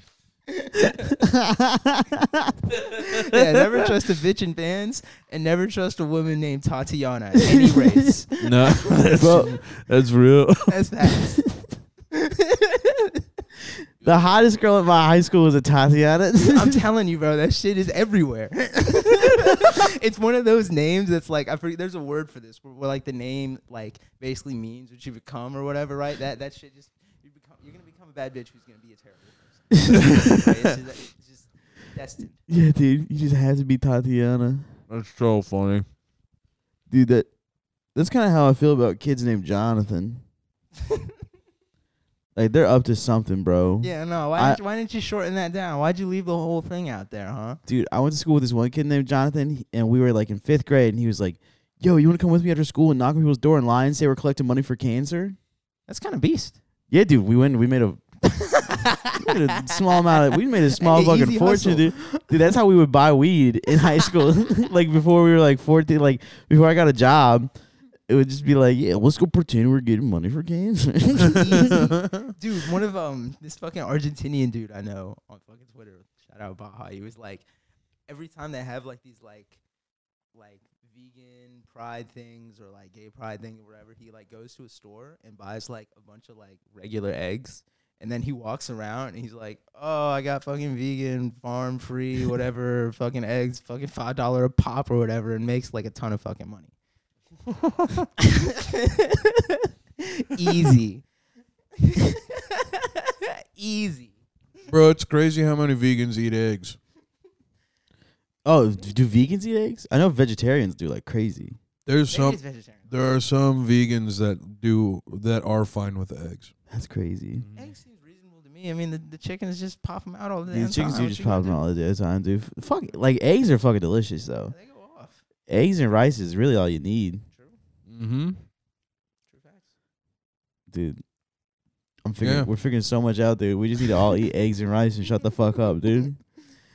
Speaker 3: yeah. Never trust a bitch in vans, and never trust a woman named Tatiana. at Any race.
Speaker 1: no, that's,
Speaker 2: Bro.
Speaker 1: that's real.
Speaker 3: That's facts.
Speaker 2: The hottest girl at my high school was a Tatiana.
Speaker 3: I'm telling you, bro, that shit is everywhere. it's one of those names that's like I forget. There's a word for this, where, where like the name like basically means what you become or whatever, right? That that shit just you become. You're gonna become a bad bitch who's gonna be a terrible person. Right? it's, just, it's just destined.
Speaker 2: yeah, dude, you just had to be Tatiana.
Speaker 1: That's so funny.
Speaker 2: Dude, that that's kind of how I feel about kids named Jonathan. like they're up to something, bro.
Speaker 3: Yeah, no. Why,
Speaker 2: I-
Speaker 3: didn't, you- why didn't you shorten that down? Why'd you leave the whole thing out there, huh?
Speaker 2: dude, I went to school with this one kid named Jonathan, he- and we were like in fifth grade, and he was like, "Yo, you want to come with me after school and knock on people's door and lie and say we're collecting money for cancer?"
Speaker 3: That's kind of beast.
Speaker 2: Yeah, dude, we went. We made a, we made a small amount. Of, we made a small
Speaker 3: An
Speaker 2: fucking
Speaker 3: easy
Speaker 2: fortune,
Speaker 3: hustle.
Speaker 2: dude. Dude, that's how we would buy weed in high school. like before we were like fourteen. Like before I got a job, it would just be like, "Yeah, let's go pretend we're getting money for cancer."
Speaker 3: dude, one of um this fucking Argentinian dude I know on fucking Twitter, shout out Baja, he was like, every time they have like these like like vegan pride things or like gay pride thing or whatever, he like goes to a store and buys like a bunch of like regular eggs. And then he walks around and he's like, "Oh, I got fucking vegan, farm free, whatever, fucking eggs, fucking five dollar a pop or whatever," and makes like a ton of fucking money. Easy. Easy.
Speaker 1: Bro, it's crazy how many vegans eat eggs.
Speaker 2: oh, d- do vegans eat eggs? I know vegetarians do like crazy.
Speaker 1: There's
Speaker 3: Maybe
Speaker 1: some
Speaker 3: it's vegetarian.
Speaker 1: there are some vegans that do that are fine with eggs.
Speaker 2: That's crazy.
Speaker 3: Egg seems reasonable to me. I mean, the, the chickens just pop them out all the
Speaker 2: These
Speaker 3: damn
Speaker 2: chickens
Speaker 3: time.
Speaker 2: do
Speaker 3: What
Speaker 2: just
Speaker 3: you gonna
Speaker 2: pop them all the time, dude. F- Fuck, it. like eggs are fucking delicious though.
Speaker 3: do? They go off.
Speaker 2: Eggs and rice is really all you need,
Speaker 3: True.
Speaker 1: Mm-hmm.
Speaker 3: True facts.
Speaker 2: dude. I'm figuring
Speaker 1: Yeah.
Speaker 2: we're figuring so much out, dude. We just need to all eat eggs and rice and shut the fuck up, dude.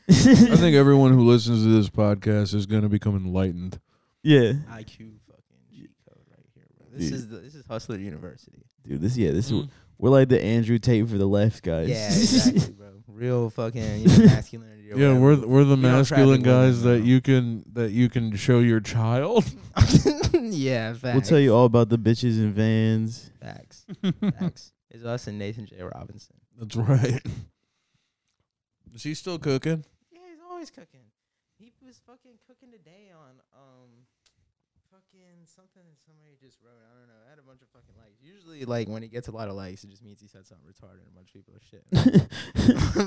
Speaker 1: I think everyone who listens to this podcast is going to become enlightened.
Speaker 2: yeah,
Speaker 3: IQ fucking G code right here, bro. This
Speaker 2: Dude.
Speaker 3: is the, this is Hustler University.
Speaker 2: dude. This yeah, this
Speaker 1: Mm.
Speaker 2: is, we're like the Andrew Tate for the left, guys.
Speaker 3: Yeah, exactly, bro. Real fucking you know, masculinity. Or
Speaker 1: Yeah,
Speaker 3: whatever.
Speaker 1: we're th- we're the
Speaker 3: We don't traffic
Speaker 1: masculine guys
Speaker 3: women,
Speaker 1: that
Speaker 3: no.
Speaker 1: you can that you can show your child.
Speaker 3: yeah, facts.
Speaker 2: we'll tell you all about the bitches and vans.
Speaker 3: Facts. facts. It's us and Nathan J. Robinson.
Speaker 1: That's right. Is he still cooking?
Speaker 3: Yeah, he's always cooking. He was fucking cooking today on um fucking something that somebody just wrote. I don't know. I had a bunch of fucking likes. Usually like when he gets a lot of likes, it just means he said something retarded and a bunch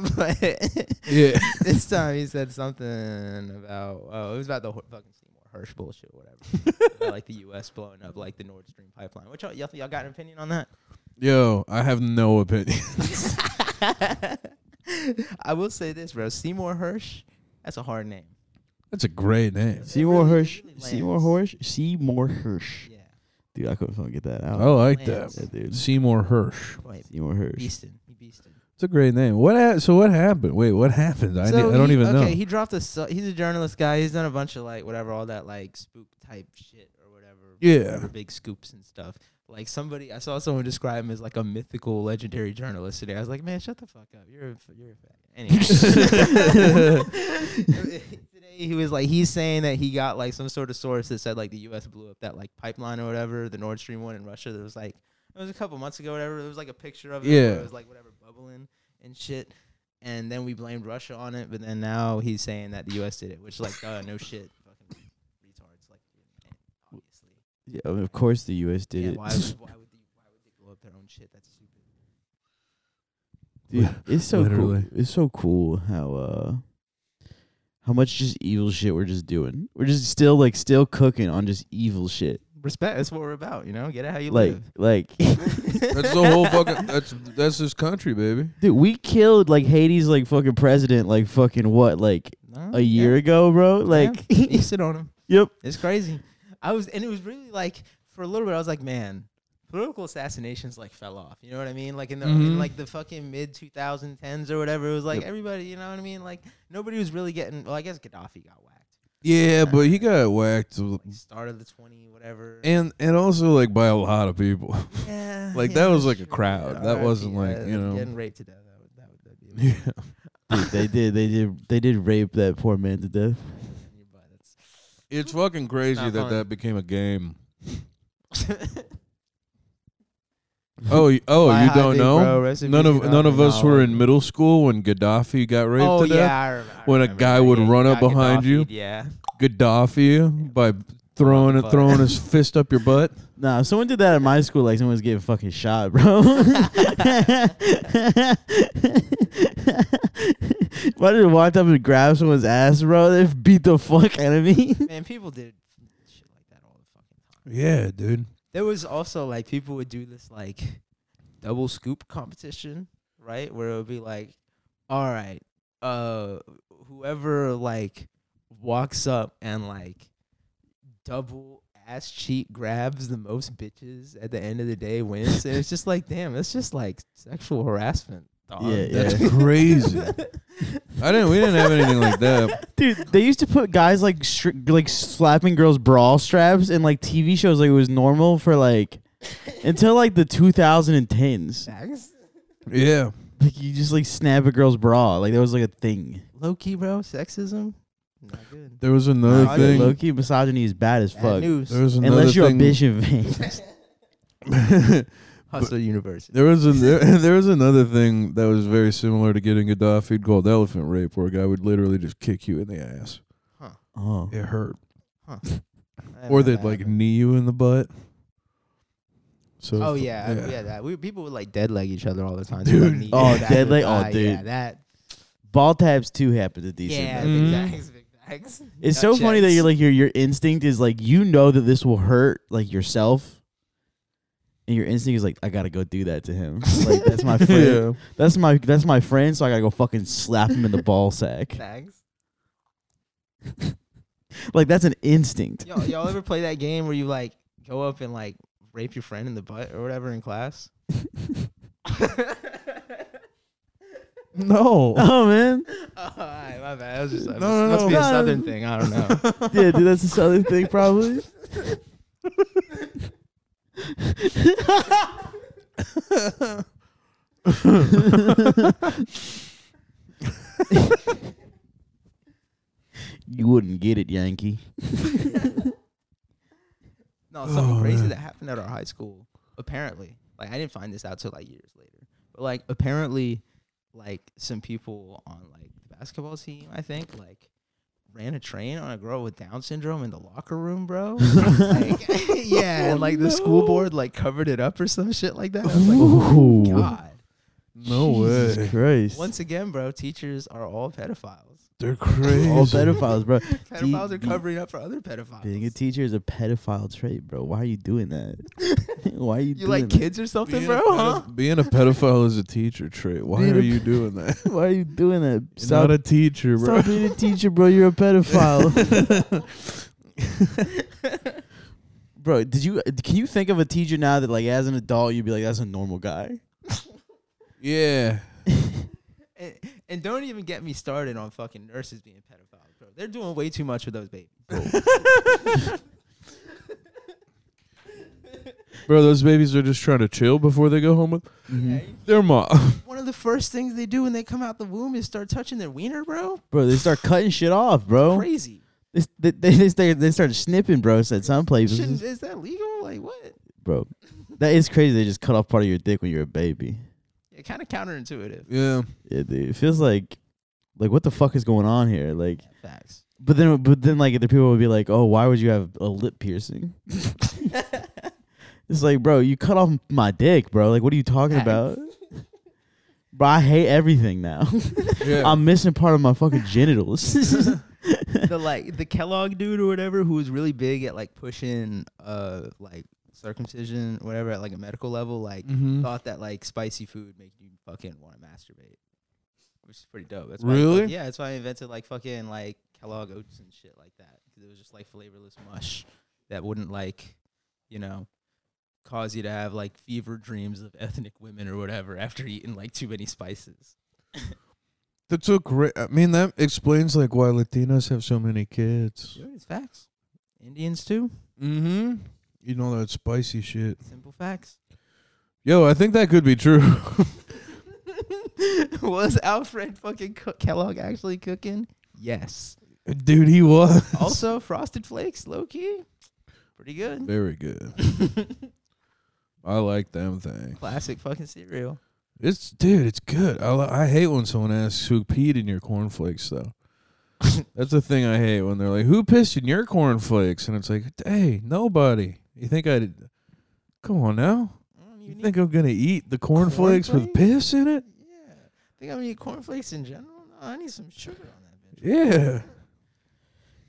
Speaker 3: of people are shit. but
Speaker 1: Yeah.
Speaker 3: this time he said something about oh, it was about the Hor- fucking Seymour Hirsch bullshit, whatever. About, like the U.S. blowing up like the Nord Stream pipeline. Which y'all, y'all, y'all got an opinion on that?
Speaker 1: Yo, I have no opinion.
Speaker 3: I will say this, bro. Seymour Hirsch, that's a hard name.
Speaker 1: That's a great name.
Speaker 2: Seymour
Speaker 3: really- it
Speaker 2: Hirsch,
Speaker 3: really
Speaker 2: Seymour
Speaker 3: lands.
Speaker 2: Hirsch, Seymour Hirsch.
Speaker 3: Yeah.
Speaker 2: Dude, I couldn't fucking get that
Speaker 1: I
Speaker 2: out.
Speaker 1: like
Speaker 3: Lance.
Speaker 1: that.
Speaker 2: Yeah, dude.
Speaker 1: Seymour Hirsch.
Speaker 3: Wait,
Speaker 2: Seymour Hirsch.
Speaker 3: Beaston. He Beaston.
Speaker 1: It's a great name. What? Ha- so what happened? Wait, what happened? I, ne- I don't
Speaker 3: he,
Speaker 1: even
Speaker 3: okay,
Speaker 1: know.
Speaker 3: he dropped a. su- He's a journalist guy. He's done a bunch of like whatever, all that like spook type shit or whatever.
Speaker 1: Yeah.
Speaker 3: whatever big scoops and stuff. Like somebody, I saw someone describe him as like a mythical, legendary journalist today. I was like, man, shut the fuck up. You're a, f- you're a fag. Anyway, today he was like, he's saying that he got like some sort of source that said like the U.S. blew up that like pipeline or whatever, the Nord Stream one in Russia. That was like it was a couple months ago, whatever. There was like a picture of it. where
Speaker 1: Yeah.
Speaker 3: it was like whatever bubbling and shit. And then we blamed Russia on it, but then now he's saying that the U.S. did it, which like, uh, no shit, fucking retards. Like, obviously.
Speaker 2: Yeah, of course the U.S. did
Speaker 3: Yeah,
Speaker 2: it.
Speaker 3: why, would, why would they why would they blow up their own shit? That's stupid.
Speaker 2: Dude,
Speaker 1: Yeah,
Speaker 2: it's so
Speaker 1: literally.
Speaker 2: cool. It's so cool how uh how much just evil shit we're just doing. We're just still like still cooking on just evil shit.
Speaker 3: Respect. That's what we're about. You know, get it how you
Speaker 2: Like like
Speaker 3: live.
Speaker 1: that's the whole fucking. That's that's this country, baby.
Speaker 2: dude, we killed like Haiti's like fucking president like fucking what like
Speaker 3: No,
Speaker 2: a year ago, bro?
Speaker 3: Oh, yeah.
Speaker 2: Like
Speaker 3: Yeah. you sit on him.
Speaker 2: yep.
Speaker 3: It's crazy. I was, and it was really like for a little bit, I was like, man, political assassinations like fell off. You know what I mean? Like in the in
Speaker 1: Mhm.
Speaker 3: like the fucking mid 2010s or whatever, it was like
Speaker 2: Yep.
Speaker 3: everybody. You know what I mean? Like nobody was really getting. Well, I guess Gaddafi got whacked.
Speaker 1: Yeah, but he got whacked,
Speaker 3: Like start of the 20 whatever.
Speaker 1: and and also like by a lot of people.
Speaker 3: yeah,
Speaker 1: like,
Speaker 3: yeah,
Speaker 1: that was
Speaker 3: that's
Speaker 1: like a
Speaker 3: true.
Speaker 1: crowd.
Speaker 3: Yeah,
Speaker 1: That
Speaker 3: RIP,
Speaker 1: wasn't, like,
Speaker 3: yeah,
Speaker 1: you know-
Speaker 3: getting raped to death. That would that would that'd be.
Speaker 1: Yeah.
Speaker 2: Dude, they did they did they did rape that poor man to death.
Speaker 3: in your butt. That's
Speaker 1: It's fucking crazy
Speaker 3: Not
Speaker 1: that
Speaker 3: fun.
Speaker 1: that became a game. Oh, y- oh,
Speaker 3: Why
Speaker 1: you
Speaker 3: I
Speaker 1: don't
Speaker 3: Think,
Speaker 1: know?
Speaker 3: bro, rest in
Speaker 1: none
Speaker 3: peace,
Speaker 1: of
Speaker 3: bro.
Speaker 1: none of us
Speaker 3: No.
Speaker 1: were in middle school when Gaddafi got raped
Speaker 3: Oh
Speaker 1: to
Speaker 3: yeah,
Speaker 1: death.
Speaker 3: I remember, I
Speaker 1: when a
Speaker 3: remember
Speaker 1: guy
Speaker 3: that,
Speaker 1: would
Speaker 3: yeah.
Speaker 1: run up
Speaker 3: Got
Speaker 1: behind you.
Speaker 3: Gaddafi'd, Yeah.
Speaker 1: Gaddafi by throwing a,
Speaker 3: Motherfucker.
Speaker 1: throwing his fist up your butt.
Speaker 2: Nah, if someone did that at my school, like someone was getting fucking shot, bro. If I just walked up and grabbed someone's ass, bro? They beat the fuck out of me.
Speaker 3: Man, people did shit like that all the fucking time.
Speaker 1: Yeah, dude.
Speaker 3: There was also like people would do this like double scoop competition, right? Where it would be like, all right, uh, whoever like walks up and like double ass cheek grabs the most bitches at the end of the day wins. and it's just like, damn, that's just like sexual harassment. Dog.
Speaker 2: Yeah,
Speaker 1: That's crazy. I didn't. We didn't have anything like that.
Speaker 2: Dude, they used to put guys like str- like slapping girls' bra straps in like TV shows, like it was normal for like until like the 2010s.
Speaker 3: Sex?
Speaker 1: Yeah.
Speaker 2: Like you just like snap a girl's bra, like that was like a thing.
Speaker 3: Low key, bro. Sexism? Not good.
Speaker 1: There was another
Speaker 3: I didn't
Speaker 1: thing.
Speaker 2: Low key misogyny is bad as
Speaker 3: Bad
Speaker 2: fuck.
Speaker 3: news.
Speaker 1: There was another
Speaker 2: Unless you're a
Speaker 1: thing-
Speaker 2: bitch in Vegas.
Speaker 3: Hustler University.
Speaker 1: There was an, there, there was another thing that was very similar to getting Gaddafi called elephant rape, where a guy would literally just kick you in the ass.
Speaker 2: Oh,
Speaker 1: It hurt,
Speaker 3: I
Speaker 1: or
Speaker 3: remember
Speaker 1: they'd
Speaker 3: that
Speaker 1: like
Speaker 3: happened.
Speaker 1: knee you in the butt. So
Speaker 3: Oh
Speaker 1: if-
Speaker 3: yeah, yeah. that we people would like dead leg each other all the time.
Speaker 1: Dude.
Speaker 3: Like, knee-
Speaker 2: Oh,
Speaker 3: that
Speaker 2: dead
Speaker 3: would-
Speaker 2: leg? Oh,
Speaker 3: ah, Yeah,
Speaker 2: dude.
Speaker 3: that.
Speaker 2: ball tabs too happen to decent.
Speaker 3: Yeah,
Speaker 2: men.
Speaker 1: Mhm.
Speaker 3: big bags, big bags.
Speaker 2: Mm. It's
Speaker 3: Nut
Speaker 2: so funny that
Speaker 3: checks.
Speaker 2: you're like your your instinct is like you know that this will hurt like yourself, and your instinct is like I gotta go do that to him. like that's my friend.
Speaker 1: yeah.
Speaker 2: That's my that's my friend, so I gotta go fucking slap him in the ball sack.
Speaker 3: Bags.
Speaker 2: Like that's an instinct.
Speaker 3: Y'all, y'all ever play that game where you like go up and like rape your friend in the butt or whatever in class?
Speaker 1: No.
Speaker 2: Oh man,
Speaker 3: Oh, all right, my bad. That was just, that
Speaker 1: No, no,
Speaker 3: must
Speaker 1: no.
Speaker 3: be a
Speaker 2: No, no.
Speaker 3: southern thing. I don't know.
Speaker 2: yeah, dude, that's a southern thing probably. you wouldn't get it, Yankee.
Speaker 3: No, something
Speaker 1: Oh,
Speaker 3: crazy
Speaker 1: man.
Speaker 3: that happened at our high school. Apparently, like I didn't find this out till like years later. But like apparently, like some people on like the basketball team, I think, like ran a train on a girl with Down syndrome in the locker room, bro. like, yeah, and like the school board like covered it up or some shit like that. I was like, oh
Speaker 2: Ooh.
Speaker 3: god.
Speaker 1: no
Speaker 2: Jesus
Speaker 1: way.
Speaker 2: Christ.
Speaker 3: Once again, bro, teachers are all pedophiles.
Speaker 1: They're crazy.
Speaker 2: All pedophiles, bro.
Speaker 3: Pedophiles are
Speaker 2: be-
Speaker 3: covering up for other pedophiles.
Speaker 2: Being a teacher is a pedophile trait, bro. Why are you doing that? Why are you,
Speaker 3: you
Speaker 2: doing
Speaker 3: like
Speaker 2: that?
Speaker 3: kids or something,
Speaker 1: Being a
Speaker 3: bro? Huh?
Speaker 1: pedo- Being a pedophile is a teacher trait. Why
Speaker 2: Being a
Speaker 1: are you doing that?
Speaker 2: Why are you doing that?
Speaker 1: You're not a teacher, bro.
Speaker 2: stop being a teacher, bro. You're a pedophile. bro, did you can you think of a teacher now that like as an adult you'd be like, that's a normal guy?
Speaker 1: Yeah.
Speaker 3: And, and don't even get me started on fucking nurses being pedophiles, bro. They're doing way too much for those babies.
Speaker 1: Bro, those babies are just trying to chill before they go home with
Speaker 3: okay?
Speaker 1: their mom.
Speaker 3: One of the first things they do when they come out the womb is start touching their wiener, bro.
Speaker 2: Bro, they start cutting shit off, bro.
Speaker 3: Crazy.
Speaker 2: They, they, they, start, they start snipping, bro. At some
Speaker 3: Shouldn't,
Speaker 2: places,
Speaker 3: is that legal? Like what?
Speaker 2: bro, that is crazy. They just cut off part of your dick when you're a baby.
Speaker 3: Yeah, kind of counterintuitive.
Speaker 1: Yeah.
Speaker 2: Yeah, dude, it feels like, like what the fuck is going on here? Like,
Speaker 3: Facts.
Speaker 2: but then, but then, like the people would be like, oh, why would you have a lip piercing? It's like, bro, you cut off my dick, bro. Like, what are you talking about? bro, I hate everything now.
Speaker 1: Yeah.
Speaker 3: Um,
Speaker 2: I'm missing part of my fucking genitals.
Speaker 3: the like the Kellogg dude or whatever who was really big at like pushing uh like circumcision whatever at like a medical level like
Speaker 1: Mhm.
Speaker 3: thought that like spicy food make you fucking want to masturbate, which is pretty dope. That's Why,
Speaker 1: Really?
Speaker 3: yeah, that's why I invented like fucking like Kellogg oats and shit like that because it was just like flavorless mush that wouldn't like you know cause you to have like fever dreams of ethnic women or whatever after eating like too many spices.
Speaker 1: That's so great. I mean, that explains like why Latinas have so many kids.
Speaker 3: Yeah, it's facts. Indians too.
Speaker 1: Mm-hmm. You know that spicy shit.
Speaker 3: Simple facts.
Speaker 1: Yo, I think that could be true.
Speaker 3: was Alfred fucking cook Kellogg actually cooking? Yes.
Speaker 1: Dude, he was
Speaker 3: Also, Frosted Flakes, low key, pretty good.
Speaker 1: very good. I like them thing.
Speaker 3: Classic fucking cereal.
Speaker 1: It's dude, it's good. I li- I hate when someone asks who peed in your cornflakes though. That's the thing I hate when they're like, "Who pissed in your cornflakes?" And it's like, "Hey, nobody." You think I? would Come on now.
Speaker 3: Mm,
Speaker 1: You
Speaker 3: need-
Speaker 1: think I'm gonna eat the cornflakes, with piss in it?
Speaker 3: Yeah. Think I'm gonna eat cornflakes in general? No, I need some sugar on that bitch.
Speaker 1: Yeah.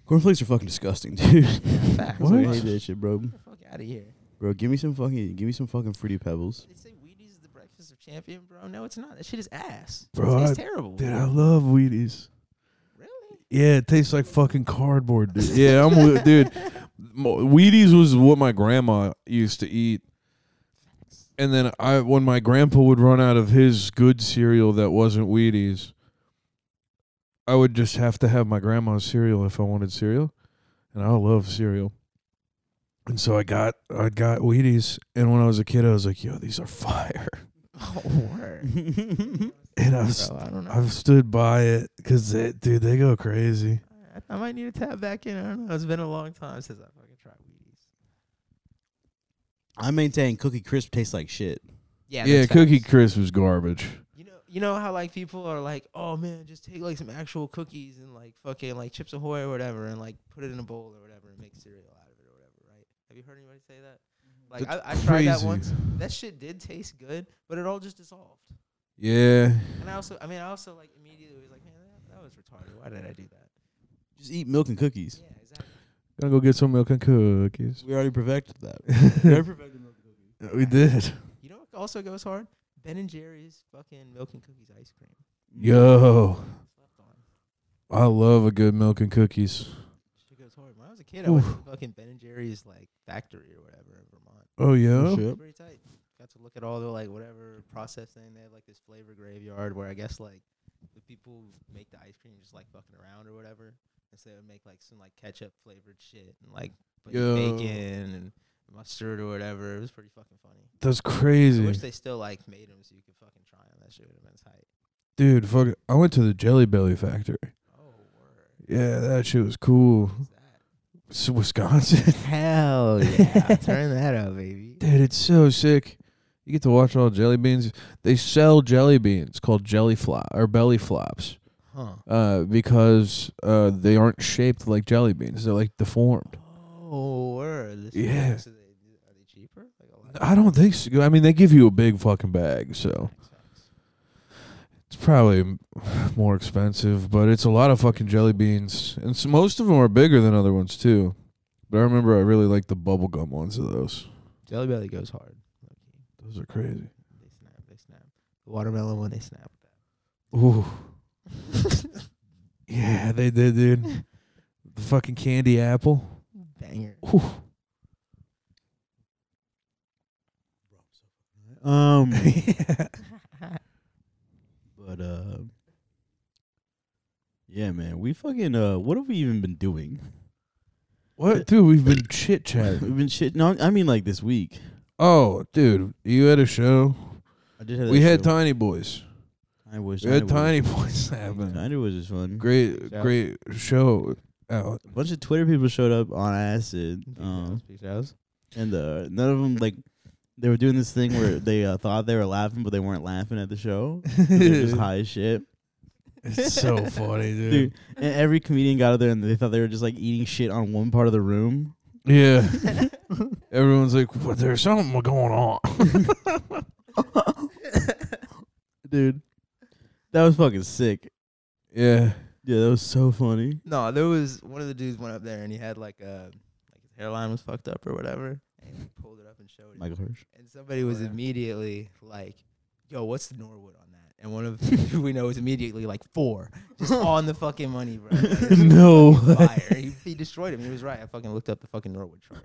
Speaker 2: Cornflakes are fucking disgusting, dude.
Speaker 3: Yeah, facts.
Speaker 1: What?
Speaker 2: I hate that shit, bro.
Speaker 3: Get the fuck out of here.
Speaker 2: Bro, give me some fucking, give me some fucking fruity pebbles.
Speaker 3: They say Wheaties is the breakfast of champion, bro. No, it's not. That shit is ass.
Speaker 1: Bro,
Speaker 3: it tastes
Speaker 1: I-
Speaker 3: terrible.
Speaker 1: Dude, I love Wheaties.
Speaker 3: Really?
Speaker 1: Yeah, it tastes like fucking cardboard, dude. Yeah, I'm with, dude. Mo- Wheaties was what my grandma used to eat. And then I when my grandpa would run out of his good cereal that wasn't Wheaties, I would just have to have my grandma's cereal if I wanted cereal. And I love cereal. And so I got I got Wheaties and when I was a kid I was like, yo, these are fire.
Speaker 3: Oh, word.
Speaker 2: Wheaties
Speaker 1: And I've
Speaker 3: Bro, I don't know.
Speaker 1: I've stood by it cuz they, dude, they go crazy.
Speaker 3: I, I might need to tap back in. I don't know. It's been a long time since I fucking tried Wheaties.
Speaker 2: I maintain Cookie Crisp tastes like shit.
Speaker 3: Yeah.
Speaker 1: yeah,
Speaker 3: that's
Speaker 1: Cookie
Speaker 3: facts.
Speaker 1: Crisp is garbage.
Speaker 3: You know, you know how like people are like, oh man, just take like some actual cookies and like fucking like Chips Ahoy or whatever, and like put it in a bowl or whatever and make cereal out of it or whatever, right? Have you heard anybody say that? Like I, I
Speaker 1: That's
Speaker 3: tried that
Speaker 1: crazy.
Speaker 3: once. That shit did taste good, but it all just dissolved.
Speaker 1: Yeah.
Speaker 3: And I also, I mean, I also like immediately was like, man, that, that was retarded. Why did I do that?
Speaker 2: Just eat milk and cookies.
Speaker 3: Yeah, exactly.
Speaker 1: Gonna go get some milk and cookies.
Speaker 2: We already perfected that. we already perfected milk and cookies.
Speaker 1: We did.
Speaker 3: You know what also goes hard? Ben and Jerry's fucking milk and cookies ice cream.
Speaker 1: Yo,
Speaker 3: Slept on.
Speaker 1: I love a good milk and cookies.
Speaker 3: Shit goes hard. When I was a kid, I went to fucking Ben and Jerry's like factory or whatever in Vermont.
Speaker 1: Oh yeah.
Speaker 2: Shit.
Speaker 3: pretty tight. Got to look at all the like whatever process thing. They have like this flavor graveyard where I guess like the people who make the ice cream just like fucking around or whatever. And so they would make like some like ketchup flavored shit and like put
Speaker 1: Yo.
Speaker 3: bacon and mustard or whatever. It was pretty fucking funny.
Speaker 1: That's
Speaker 3: I wish
Speaker 1: crazy,
Speaker 3: they still like made them so you could fucking try them. That shit would have been tight.
Speaker 1: dude. Fuck. it. I went to the Jelly Belly factory.
Speaker 3: Oh word.
Speaker 1: Yeah, that shit was cool.
Speaker 3: What's that?
Speaker 1: It's Wisconsin,
Speaker 3: Hell Oh, yeah! Turn that up, baby.
Speaker 1: dude. It's so sick. You get to watch all jelly beans. They sell jelly beans called jelly flop or belly flops
Speaker 3: Huh.
Speaker 1: uh, because uh, they aren't shaped like jelly beans. They're like deformed.
Speaker 3: Oh word. This is-
Speaker 1: Yeah.
Speaker 3: so they, are they cheaper? Like a lot.
Speaker 1: I don't think so. I mean, they give you a big fucking bag, so.
Speaker 3: Facts, facts.
Speaker 1: It's probably m- more expensive, but it's a lot of fucking jelly beans, and s most of them are bigger than other ones too. But I remember I really liked the bubblegum ones of those.
Speaker 3: Jelly Belly goes hard. low-key.
Speaker 1: Those are crazy.
Speaker 3: They snap. They snap. The watermelon one, they snap.
Speaker 1: Ooh, yeah, they did, dude. the fucking candy apple.
Speaker 3: Banger.
Speaker 1: Ooh.
Speaker 2: Um,
Speaker 1: yeah.
Speaker 2: but uh, yeah, man, we fucking uh, what have we even been doing?
Speaker 1: What, dude? We've been chit
Speaker 2: We've
Speaker 1: chatting.
Speaker 2: been shit. No, I mean like this week.
Speaker 1: Oh, dude, you had a show.
Speaker 2: I did have
Speaker 1: we
Speaker 2: that
Speaker 1: had
Speaker 2: show.
Speaker 1: Tiny Boys.
Speaker 2: I was
Speaker 1: We had Tiny Boys happening.
Speaker 2: Tiny was just fun.
Speaker 1: Great,
Speaker 3: Shout out.
Speaker 1: great show Oh, out.
Speaker 2: A bunch of Twitter people showed up on acid, um, and uh, none of them like they were doing this thing where they uh, thought they were laughing, but they weren't laughing at the show. They were just high as shit,
Speaker 1: It's so funny, dude.
Speaker 2: dude. And every comedian got up there and they thought they were just like eating shit on one part of the room.
Speaker 1: Yeah. Everyone's like, well, there's something going on.
Speaker 2: dude. That was fucking sick.
Speaker 1: Yeah.
Speaker 2: Yeah, that was so funny.
Speaker 3: No, there was one of the dudes went up there and he had like a like his hairline was fucked up or whatever, and he pulled it up and showed it.
Speaker 2: Michael Hirsch.
Speaker 3: and somebody
Speaker 2: Oh,
Speaker 3: was immediately like, "Yo, what's the Norwood on that?" And one of who we know is immediately like four, just on the fucking money, bro. Like, this is
Speaker 2: No
Speaker 3: fucking
Speaker 2: way.
Speaker 3: fire. He, he destroyed him. He was right. I fucking looked up the fucking Norwood chart.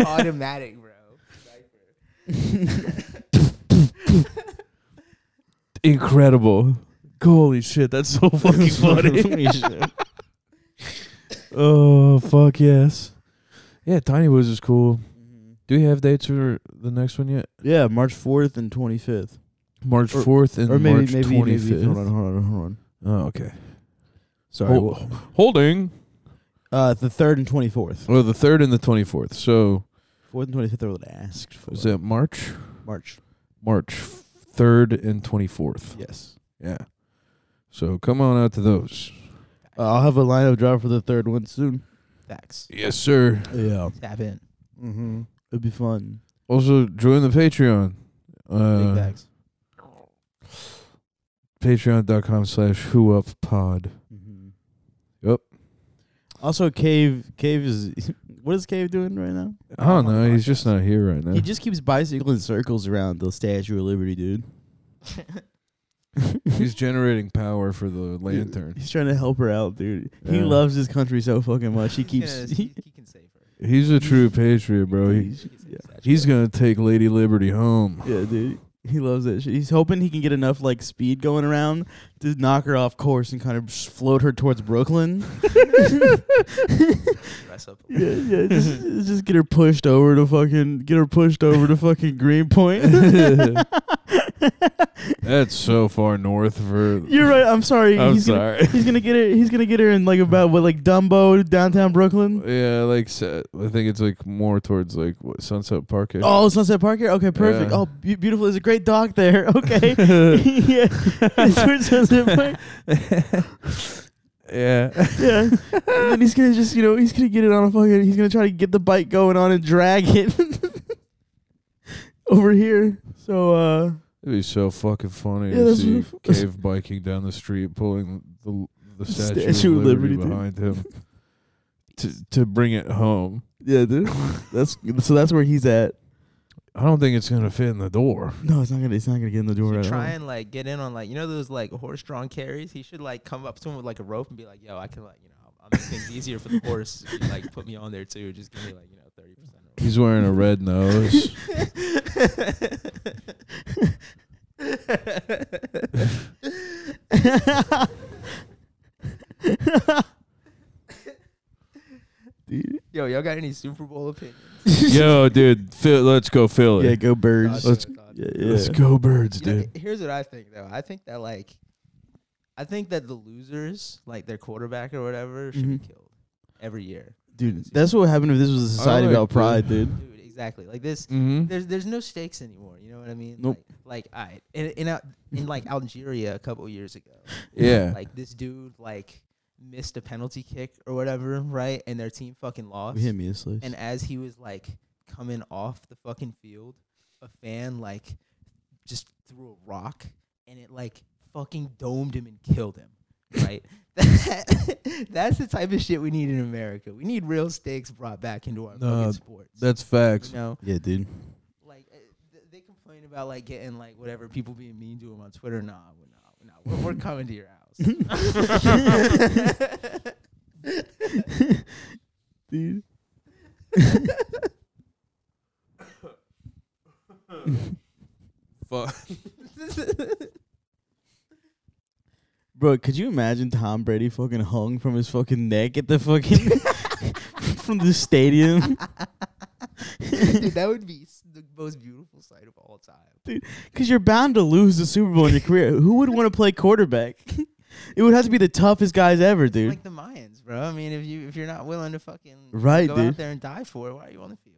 Speaker 3: Automatic, bro.
Speaker 1: Incredible. Holy shit, that's so fucking funny. oh, fuck yes. Yeah, Tiny Woods is cool. Do we have dates for the next one yet?
Speaker 2: yeah, March fourth and twenty fifth,
Speaker 1: March
Speaker 2: Or-
Speaker 1: 4th and
Speaker 2: or maybe
Speaker 1: March
Speaker 2: maybe
Speaker 1: 25th.
Speaker 2: maybe. Hold on, hold on, hold on.
Speaker 1: Oh, okay.
Speaker 2: Sorry.
Speaker 1: Hol-
Speaker 2: wh-
Speaker 1: holding.
Speaker 2: Uh, the third and twenty fourth,
Speaker 1: Well, the third and the twenty fourth. So
Speaker 2: fourth and twenty fifth. I would ask for
Speaker 1: is that March?
Speaker 2: March.
Speaker 1: March third and twenty fourth.
Speaker 2: Yes.
Speaker 1: Yeah. So come on out to those.
Speaker 2: Uh, I'll have a lineup draw for the third one soon.
Speaker 3: Facts.
Speaker 1: Yes, sir.
Speaker 2: Yeah.
Speaker 3: Tap in.
Speaker 2: Mm-hmm. It'd be fun.
Speaker 1: Also join the Patreon. Uh, Patreon.com slash who up pod.
Speaker 2: Mm-hmm.
Speaker 1: Yep.
Speaker 2: Also, Cave. Cave is. what is Cave doing right now?
Speaker 1: I don't know. He's just not here right now.
Speaker 2: Oh He just keeps bicycling circles around the Statue of Liberty, dude.
Speaker 1: he's generating power for the lantern.
Speaker 2: He's trying to help her out, dude. He
Speaker 1: Yeah.
Speaker 2: loves his country so fucking much. He keeps.
Speaker 3: Yes, he, he can save her.
Speaker 1: He's a true patriot, bro. He,
Speaker 2: he's-
Speaker 3: He can save
Speaker 2: yeah.
Speaker 3: Satchel.
Speaker 1: he's gonna take Lady Liberty home.
Speaker 2: Yeah, dude. He loves that shit. He's hoping he can get enough like speed going around to knock her off course and kind of just float her towards Brooklyn.
Speaker 3: dress up.
Speaker 2: yeah, yeah. Just, just get her pushed over to fucking get her pushed over to fucking Greenpoint.
Speaker 1: That's so far north for.
Speaker 2: You're right. I'm sorry.
Speaker 1: I'm
Speaker 2: he's
Speaker 1: sorry.
Speaker 2: Gonna, he's gonna get her. He's gonna get her in like about what like Dumbo downtown Brooklyn.
Speaker 1: Yeah, like sa- I think it's like more towards like what, Sunset Park.
Speaker 2: Oh, Sunset Park here. Okay, perfect.
Speaker 1: Yeah.
Speaker 2: Oh, be- beautiful. There's a great dock there. Okay. yeah. Towards Sunset Park.
Speaker 1: yeah.
Speaker 2: Yeah. and then he's gonna just, you know, he's gonna get it on a fucking he's gonna try to get the bike going on and drag it over here. So uh
Speaker 1: It'd be so fucking funny
Speaker 2: Yeah,
Speaker 1: to
Speaker 2: that's
Speaker 1: see
Speaker 2: what-
Speaker 1: Cave biking down the street, pulling the the Statue,
Speaker 2: Statue
Speaker 1: of
Speaker 2: of
Speaker 1: Liberty,
Speaker 2: Liberty, dude.
Speaker 1: behind him to to bring it home.
Speaker 2: Yeah, dude. that's so that's where he's at.
Speaker 1: I don't think it's gonna fit in the door.
Speaker 2: No, it's not gonna it's not gonna get in the door
Speaker 3: should
Speaker 2: at
Speaker 3: try
Speaker 2: all.
Speaker 3: and like get in on like you know those like horse drawn carries. He should like come up to him with like a rope and be like, "Yo, I can like you know I'll make things easier for the horse. If you, like put me on there too. Just give me like you know thirty percent."
Speaker 1: He's wearing a red nose.
Speaker 2: Dude.
Speaker 3: Yo, y'all got any Super Bowl opinions?
Speaker 1: Yo, dude, Phil, let's go Philly.
Speaker 2: Yeah, go birds.
Speaker 3: Thoughts,
Speaker 1: Let's-
Speaker 3: uh, thoughts?
Speaker 2: yeah, yeah.
Speaker 1: Let's go birds,
Speaker 3: You know,
Speaker 1: dude.
Speaker 3: here's what I think though. I think that like, I think that the losers, like their quarterback or whatever, should
Speaker 2: Mhm.
Speaker 3: be killed every year.
Speaker 2: Dude, that's what would happen if this was a society
Speaker 1: like
Speaker 2: about
Speaker 1: that.
Speaker 2: pride, dude.
Speaker 3: Dude, exactly. Like this,
Speaker 1: Mm-hmm.
Speaker 3: there's there's no stakes anymore. You know what I mean?
Speaker 2: Nope.
Speaker 3: Like, like I in in, Al- in like Algeria a couple years ago.
Speaker 1: Yeah.
Speaker 3: Like this dude like missed a penalty kick or whatever, right? And their team fucking lost.
Speaker 2: You hit me a slice.
Speaker 3: And as he was like coming off the fucking field, a fan like just threw a rock and it like fucking domed him and killed him. Right? That's the type of shit we need in America. We need real stakes brought back into our
Speaker 1: No,
Speaker 3: fucking sports.
Speaker 1: That's facts.
Speaker 3: you know,
Speaker 2: yeah, dude.
Speaker 3: like uh, th- they complain about like getting like whatever people being mean to him on Twitter. Nah, we're not. We're not. We're, we're coming to your house.
Speaker 2: Dude.
Speaker 1: Fuck.
Speaker 2: Bro, could you imagine Tom Brady fucking hung from his fucking neck at the fucking from the stadium?
Speaker 3: Dude, that would be s- the most beautiful sight of all time.
Speaker 2: Because you're bound to lose the Super Bowl in your career. Who would want to play quarterback? it would have to be the toughest guys ever, dude.
Speaker 3: Like the Mayans, bro. I mean, if you if you're not willing to fucking
Speaker 2: Right,
Speaker 3: go
Speaker 2: dude.
Speaker 3: out there and die for it, why are you on the field?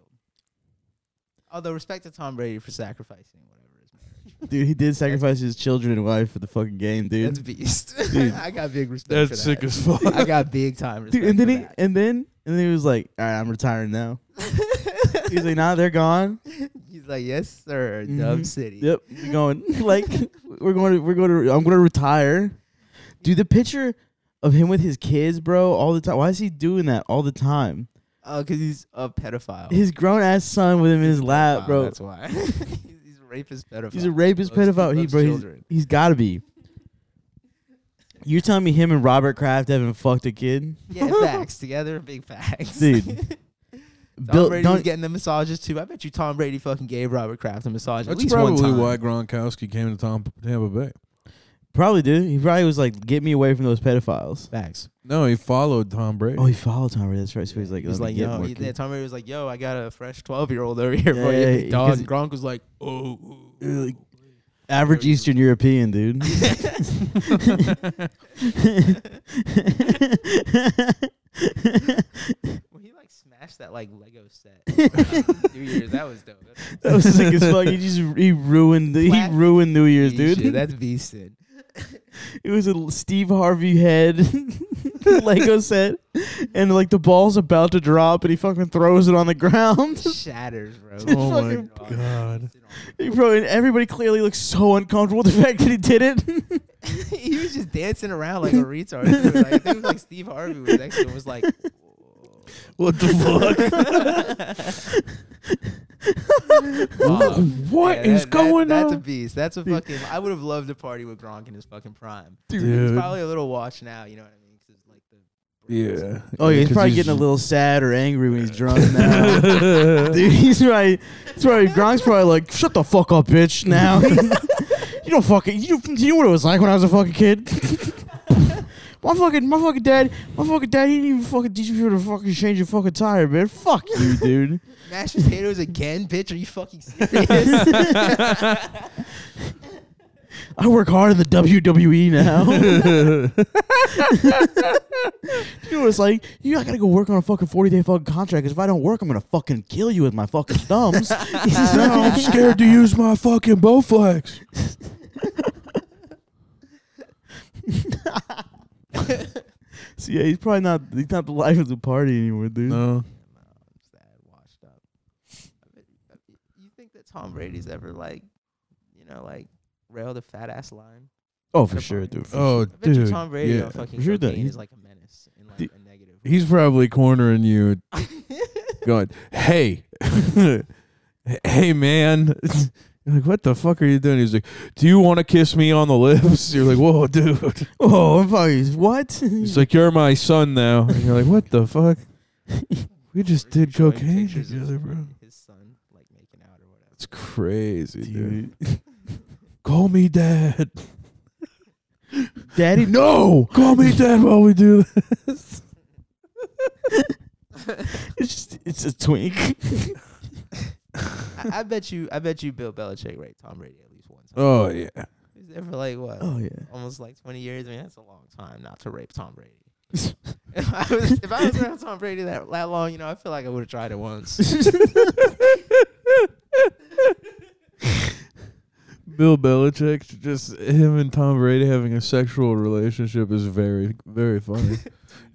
Speaker 3: Although respect to Tom Brady for sacrificing whatever his marriage.
Speaker 2: dude, he did sacrifice his children and wife for the fucking game, dude.
Speaker 3: That's beast.
Speaker 2: Dude.
Speaker 3: I got big respect. for
Speaker 1: That's
Speaker 3: that.
Speaker 1: sick as fuck.
Speaker 3: I got big time respect.
Speaker 2: dude, and then
Speaker 3: for
Speaker 2: he
Speaker 3: that.
Speaker 2: and then and then he was like, "All right, I'm retiring now." He's like, "Nah, they're gone.
Speaker 3: He's like, yes, sir,
Speaker 2: Mhm.
Speaker 3: Dub City.
Speaker 2: Yep, we're going. like, we're going. To, we're going to. I'm going to retire." Dude, the picture of him with his kids, bro, all the time. Why is he doing that all the time?
Speaker 3: Oh, because he's a pedophile.
Speaker 2: His grown ass son with him in his lap,
Speaker 3: Oh. Wow,
Speaker 2: bro.
Speaker 3: That's why. he's, he's a rapist pedophile.
Speaker 2: He's a rapist,
Speaker 3: Loves-
Speaker 2: pedophile. He,
Speaker 3: loves
Speaker 2: bro, he's,
Speaker 3: children.
Speaker 2: he's got to be. You're telling me him and Robert Kraft haven't fucked a kid,
Speaker 3: Yeah, facts together, big facts.
Speaker 2: dude?
Speaker 3: Tom
Speaker 2: Bill,
Speaker 3: Brady was
Speaker 2: don't
Speaker 3: getting the massages too. I bet you Tom Brady fucking gave Robert Kraft a massage at
Speaker 1: That's
Speaker 3: least one
Speaker 1: probably
Speaker 3: time.
Speaker 1: why Gronkowski came to Tom, Tampa Bay.
Speaker 2: probably dude. He probably was like, "Get me away from those pedophiles."
Speaker 3: Facts.
Speaker 1: No, he followed Tom Brady.
Speaker 2: Oh, he followed Tom Brady. That's right. So he's like,
Speaker 3: He was
Speaker 2: "Let
Speaker 3: like,
Speaker 2: me get
Speaker 3: yo,
Speaker 2: more
Speaker 3: he-
Speaker 2: kids."
Speaker 3: yeah, Tom Brady was like, yo, I got a fresh twelve year old over here for
Speaker 2: Yeah,
Speaker 3: you,
Speaker 2: yeah,
Speaker 3: big dog.
Speaker 2: because-
Speaker 3: And Gronk was like, oh,
Speaker 2: You're like, Average Eastern European, dude.
Speaker 3: Well, he like smashed that like Lego set. in New Year's, that was dope. That's
Speaker 2: that was sick as fuck. He just he ruined the, he
Speaker 3: Flat-
Speaker 2: ruined New Year's,
Speaker 3: V
Speaker 2: dude.
Speaker 3: shit, That's beasted.
Speaker 2: It was a l- Steve Harvey head Lego set, and like the ball's about to drop, and he fucking throws it on the ground.
Speaker 3: Shatters, bro.
Speaker 1: Oh my
Speaker 3: Fucking-
Speaker 1: God.
Speaker 2: He Bro, and everybody clearly looks so uncomfortable with the fact that he did it.
Speaker 3: he was just dancing around like a retard. dude. Like, I think it was like Steve Harvey was next to him. Was like,
Speaker 1: What the fuck?
Speaker 3: Wow.
Speaker 1: What is
Speaker 3: Yeah, that- that-
Speaker 1: going
Speaker 3: That's a
Speaker 1: on?
Speaker 3: beast. That's a fucking. I would have loved to party with Gronk in his fucking prime. He's
Speaker 1: Dude.
Speaker 3: probably a little washed now. You know what I mean? 'Cause like the
Speaker 1: Yeah.
Speaker 2: oh, yeah, he's
Speaker 1: 'Cause
Speaker 2: probably getting a little sad or angry when he's drunk now. Dude, he's right. It's probably Gronk's probably like, shut the fuck up, bitch. Now, you don't fucking you. You know what it was like when I was a fucking kid. my fucking my fucking dad, my fucking dad. He didn't even fucking teach me how to fucking change a fucking tire, man. Fuck you, dude.
Speaker 3: mashed potatoes again, bitch. Are you fucking serious?
Speaker 2: I work hard in the WWE now. you know what it's like? You know, I gotta go work on a fucking forty day fucking contract. Cause if I don't work, I'm gonna fucking kill you with my fucking thumbs.
Speaker 1: Now I'm scared to use my fucking Bowflex.
Speaker 2: so yeah, he's probably not. He's not the life of the party anymore, dude.
Speaker 1: No.
Speaker 3: No, I'm sad, washed up. I bet- I bet- You think that Tom Brady's ever like, you know, like railed a fat ass line?
Speaker 2: Oh, for
Speaker 3: They're
Speaker 2: sure,
Speaker 3: fine.
Speaker 2: dude. For
Speaker 1: Oh,
Speaker 3: I bet you
Speaker 1: dude.
Speaker 3: Tom Brady
Speaker 1: yeah.
Speaker 3: on fucking
Speaker 2: Sure that
Speaker 3: cocaine
Speaker 2: he-
Speaker 3: is like a menace and like
Speaker 1: Dude.
Speaker 3: a negative.
Speaker 1: He's probably cornering you going, "Hey, hey, man." You're like, "What the fuck are you doing?" He's like, "Do you want to kiss me on the lips?" You're like, "Whoa, dude!"
Speaker 2: Oh, I'm fucking what?
Speaker 1: He's like, "You're my son now." And you're like, "What the fuck?" We just did
Speaker 3: showing
Speaker 1: cocaine
Speaker 3: pictures of
Speaker 1: together, bro.
Speaker 3: His son like making out or whatever.
Speaker 1: It's crazy, dude.
Speaker 2: Dude.
Speaker 1: Call me dad.
Speaker 2: Daddy, no.
Speaker 1: No, call me dad while we do that.
Speaker 2: It's just, it's a twink.
Speaker 3: I, I bet you, I bet you, Bill Belichick raped Tom Brady at least one time.
Speaker 1: Oh yeah,
Speaker 3: He's there for like what?
Speaker 2: Oh yeah.
Speaker 3: almost like 20 years. I mean, that's a long time not to rape Tom Brady. if, I was, if I was around Tom Brady that, that long, you know, I feel like I would have tried it once.
Speaker 1: Bill Belichick, just him and Tom Brady having a sexual relationship is very, very funny,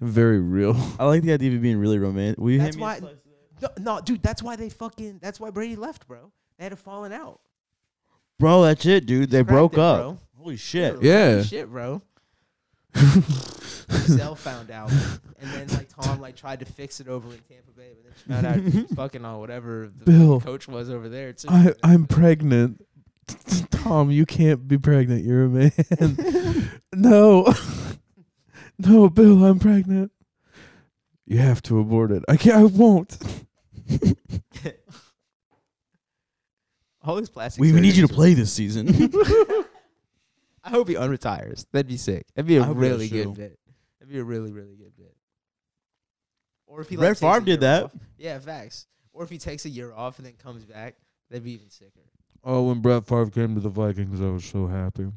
Speaker 1: and very real.
Speaker 2: I like the idea of it being really romantic. Will you hand
Speaker 3: That's
Speaker 2: me a
Speaker 3: why.
Speaker 2: slice?
Speaker 3: No, no, dude, that's why they fucking. That's why Brady left, bro. They had a falling out.
Speaker 2: bro, that's it, dude. They
Speaker 3: Cracked
Speaker 2: broke
Speaker 3: it,
Speaker 2: up.
Speaker 3: Bro.
Speaker 2: Holy shit.
Speaker 3: Holy
Speaker 1: Yeah.
Speaker 3: Shit, bro. Giselle found out, and then like Tom like tried to fix it over in Tampa Bay, but then she found out he was fucking on whatever the
Speaker 1: Bill,
Speaker 3: coach was over there too.
Speaker 1: I, I'm pregnant. Tom, you can't be pregnant. You're a man. no, no, Bill, I'm pregnant. You have to abort it. I can't. I won't.
Speaker 3: All these plastic.
Speaker 2: We, we need you
Speaker 3: surgeries
Speaker 2: to
Speaker 3: were-
Speaker 2: play this season.
Speaker 3: I hope he unretires. That'd be sick. That'd be a
Speaker 2: I hope he
Speaker 3: really
Speaker 2: does,
Speaker 3: good
Speaker 2: too.
Speaker 3: bit. That'd be a really, really good bit. Or if he
Speaker 2: Brett
Speaker 3: like, takes
Speaker 2: Favre
Speaker 3: a
Speaker 2: did
Speaker 3: year
Speaker 2: that.
Speaker 3: off. Yeah, facts. Or if he takes a year off and then comes back, that'd be even sicker.
Speaker 1: Oh, when Brett Favre came to the Vikings, I was so happy.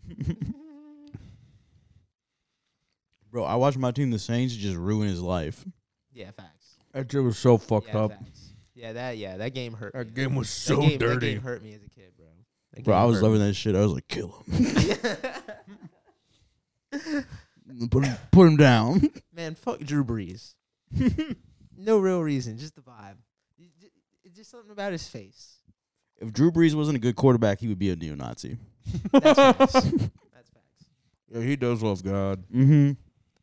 Speaker 2: bro, I watched my team, the Saints, just ruin his life.
Speaker 3: Yeah, facts.
Speaker 1: That shit was so fucked
Speaker 3: yeah,
Speaker 1: up.
Speaker 3: facts. Yeah, that yeah, that game hurt. me.
Speaker 1: That game was
Speaker 3: That
Speaker 1: so
Speaker 3: game- that
Speaker 1: dirty.
Speaker 3: game hurt me as a kid, bro. That
Speaker 2: Bro,
Speaker 3: game
Speaker 2: I was
Speaker 3: hurt
Speaker 2: loving
Speaker 3: me.
Speaker 2: that shit. I was like, kill him. put him, put him down.
Speaker 3: Man, fuck Drew Brees. no real reason, just the vibe. Y- j- it's Just something about his face.
Speaker 2: If Drew Brees wasn't a good quarterback, he would be a neo-Nazi.
Speaker 3: That's facts. That's facts.
Speaker 1: yeah, he does love God.
Speaker 2: Mm-hmm.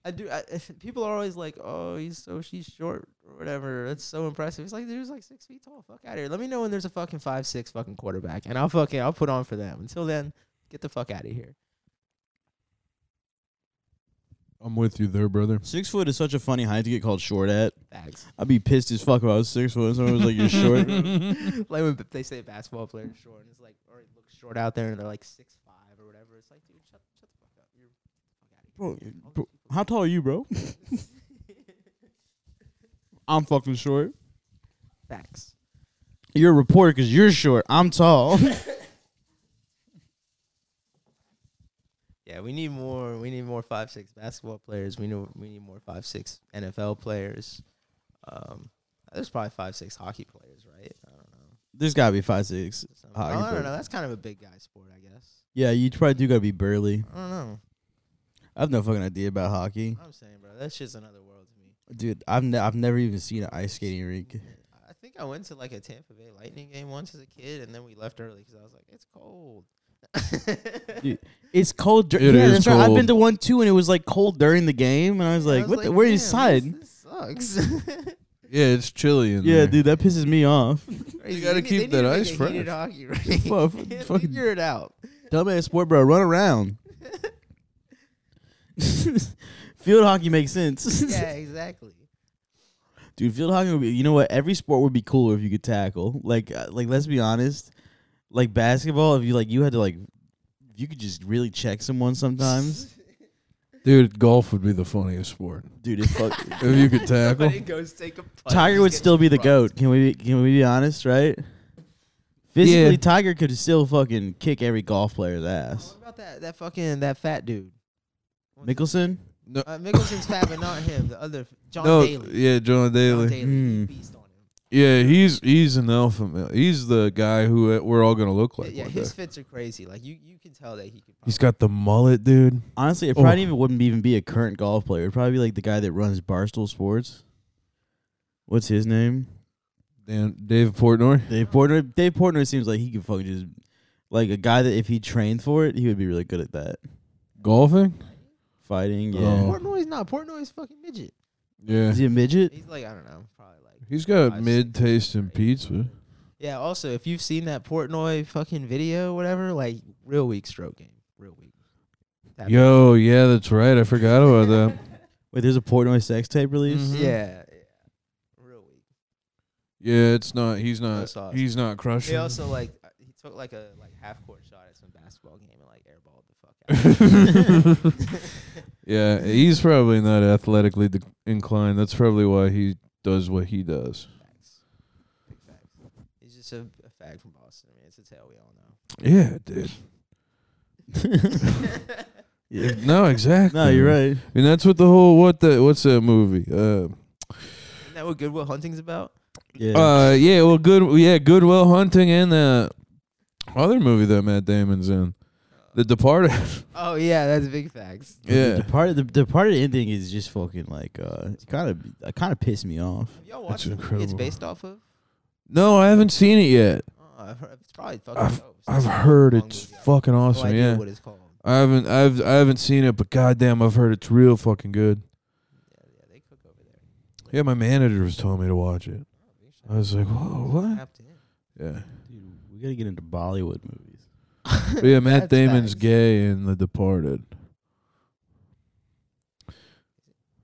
Speaker 3: I do. I, if people are always like, "Oh, he's so she's short or whatever." That's so impressive. It's like dude's like six feet tall. Fuck out here. Let me know when there's a fucking five six fucking quarterback, and I'll fucking I'll put on for them. Until then, get the fuck out of here.
Speaker 1: I'm with you there, brother.
Speaker 2: Six foot is such a funny height to get called short at.
Speaker 3: Facts.
Speaker 2: I'd be pissed as fuck if I was six foot and someone was like, "You're short."
Speaker 3: like when they say basketball players short, and it's like, or it looks short out there, and they're like six five or whatever. It's like, dude, shut, shut the fuck up. You're fuck out of
Speaker 2: Bro, bro,
Speaker 3: here. All these people-
Speaker 2: how tall are you, bro? I'm fucking short.
Speaker 3: Facts.
Speaker 2: You're a reporter because you're short. I'm tall.
Speaker 3: Yeah, we need more. We need more five six basketball players. We know we need more five six NFL players. Um, there's probably five six hockey players, right? I don't know.
Speaker 2: There's gotta be five six.
Speaker 3: Some-
Speaker 2: Hockey
Speaker 3: well, I
Speaker 2: player.
Speaker 3: don't know. That's kind of a big guy sport, I guess.
Speaker 2: Yeah, you probably do gotta be burly.
Speaker 3: I don't know.
Speaker 2: I have no fucking idea about hockey,
Speaker 3: I'm saying, bro, that shit's another world to me.
Speaker 2: dude. I've ne- I've never even seen an ice skating rink.
Speaker 3: I think I went to like a Tampa Bay Lightning game once as a kid, and then we left early because I was like, it's cold.
Speaker 2: Dude, It's cold. Dur-
Speaker 1: It
Speaker 2: yeah,
Speaker 1: is
Speaker 2: that's right. I've been
Speaker 1: cold.
Speaker 2: to one too, and it was like cold during the game, and I was like,
Speaker 3: I was
Speaker 2: "What? the, where
Speaker 3: damn,
Speaker 2: you
Speaker 3: this-
Speaker 2: side?"
Speaker 3: This sucks.
Speaker 1: Yeah, it's chilly in
Speaker 2: Yeah,
Speaker 1: there.
Speaker 2: dude, that pisses me off.
Speaker 3: Crazy.
Speaker 1: gotta
Speaker 3: They need-
Speaker 1: keep
Speaker 3: they need
Speaker 1: that
Speaker 3: to make
Speaker 1: ice
Speaker 3: a heated
Speaker 1: fresh.
Speaker 3: hockey rink.
Speaker 2: Fuck, fucking-
Speaker 3: Figure it out.
Speaker 2: Dumbass sport, bro. Run around. field hockey makes sense.
Speaker 3: Yeah, exactly.
Speaker 2: Dude, field hockey would be. You know what? Every sport would be cooler if you could tackle. Like, uh, like let's be honest. Like basketball, if you like, you had to like, you could just really check someone sometimes.
Speaker 1: Dude, golf would be the funniest sport.
Speaker 2: Dude, it's fuck.
Speaker 1: If you could tackle.
Speaker 3: Somebody goes take a putt,
Speaker 2: Tiger
Speaker 3: just
Speaker 2: would
Speaker 3: gets
Speaker 2: still be the
Speaker 3: rocked.
Speaker 2: goat. Can we? Be, can we be honest? Right. Physically, Tiger could still fucking kick every golf player's ass.
Speaker 3: What about that, that fucking that fat dude? What's his-
Speaker 2: Mickelson.
Speaker 1: No,
Speaker 3: Uh, Mickelson's fat, but not him. The other John
Speaker 1: no
Speaker 3: Daly.
Speaker 1: yeah, John
Speaker 3: John
Speaker 1: Daly.
Speaker 3: Daly.
Speaker 2: Hmm.
Speaker 3: Beast on him.
Speaker 1: Yeah, he's he's an alpha male. He's the guy who uh, we're all gonna look like.
Speaker 3: yeah,
Speaker 1: one
Speaker 3: his
Speaker 1: day.
Speaker 3: fits are crazy. Like you, you can tell that he could.
Speaker 1: he's got the mullet, dude.
Speaker 2: Honestly, it
Speaker 1: Oh.
Speaker 2: probably even wouldn't even be a current golf player. It'd probably be like the guy that runs Barstool Sports. What's his name?
Speaker 1: Dan Dave Portnoy.
Speaker 2: Dave Portner. Dave Portner seems like he could fucking just like a guy that if he trained for it, he would be really good at that.
Speaker 1: Golfing?
Speaker 2: Fighting, yeah.
Speaker 1: Oh.
Speaker 3: Portnoy's not. Portnoy's fucking midget.
Speaker 1: Yeah.
Speaker 2: Is he a midget?
Speaker 3: He's like I don't know, probably like.
Speaker 1: He's got
Speaker 3: Five,
Speaker 1: mid
Speaker 3: six,
Speaker 1: taste in
Speaker 3: eight.
Speaker 1: pizza.
Speaker 3: Yeah. Also, if you've seen that Portnoy fucking video, whatever, like real weak stroke game, real weak. Tap
Speaker 1: Yo, yeah, that's right. I forgot about that.
Speaker 2: Wait, there's a Portnoy sex tape release.
Speaker 3: dance.
Speaker 1: Mhm.
Speaker 3: Yeah, yeah, real weak.
Speaker 1: Yeah, it's not. He's not.
Speaker 3: sauce.
Speaker 1: Uh, He's not crushing.
Speaker 3: He also like uh, he took like a like half court shot at some basketball game and like airballed the fuck out.
Speaker 1: yeah, he's probably not athletically de- inclined. That's probably why he does what he does.
Speaker 3: Facts. Big facts. He's just a, a fag from Boston. I mean, it's a tale we all know.
Speaker 1: Yeah, dude.
Speaker 2: Yeah.
Speaker 1: No, exactly.
Speaker 2: No, you're right.
Speaker 1: And that's what the whole what the what's that movie? Uh,
Speaker 3: Isn't that what Goodwill Hunting's about?
Speaker 2: Yeah.
Speaker 1: uh, yeah. Well, good. Yeah, Goodwill Hunting and the other movie that Matt Damon's in, The Departed.
Speaker 3: Oh yeah, that's big facts.
Speaker 1: yeah.
Speaker 2: The part of the, the part of the ending is just fucking like uh kind of it kind of pissed me off.
Speaker 3: Have y'all
Speaker 1: That's
Speaker 3: watched the movie it's
Speaker 1: incredible.
Speaker 3: based off of?
Speaker 1: No, I haven't seen it yet.
Speaker 3: Oh, I've heard, it's probably fucking dope.
Speaker 1: I've
Speaker 3: It's a
Speaker 1: heard
Speaker 3: long
Speaker 1: it's
Speaker 3: movie. I have
Speaker 1: fucking
Speaker 3: no
Speaker 1: awesome.
Speaker 3: idea
Speaker 1: Yeah.
Speaker 3: what it's called.
Speaker 1: I haven't I've I haven't seen it, but goddamn, I've heard it's real fucking good.
Speaker 3: Yeah, yeah, they cook over there.
Speaker 1: Yeah, my manager was telling me to watch it. I was like, whoa, what?
Speaker 3: Tapped in.
Speaker 1: Yeah,
Speaker 2: Dude, we gotta get into Bollywood movies.
Speaker 1: but yeah. Matt
Speaker 3: That's
Speaker 1: Damon's
Speaker 3: facts.
Speaker 1: gay in The Departed.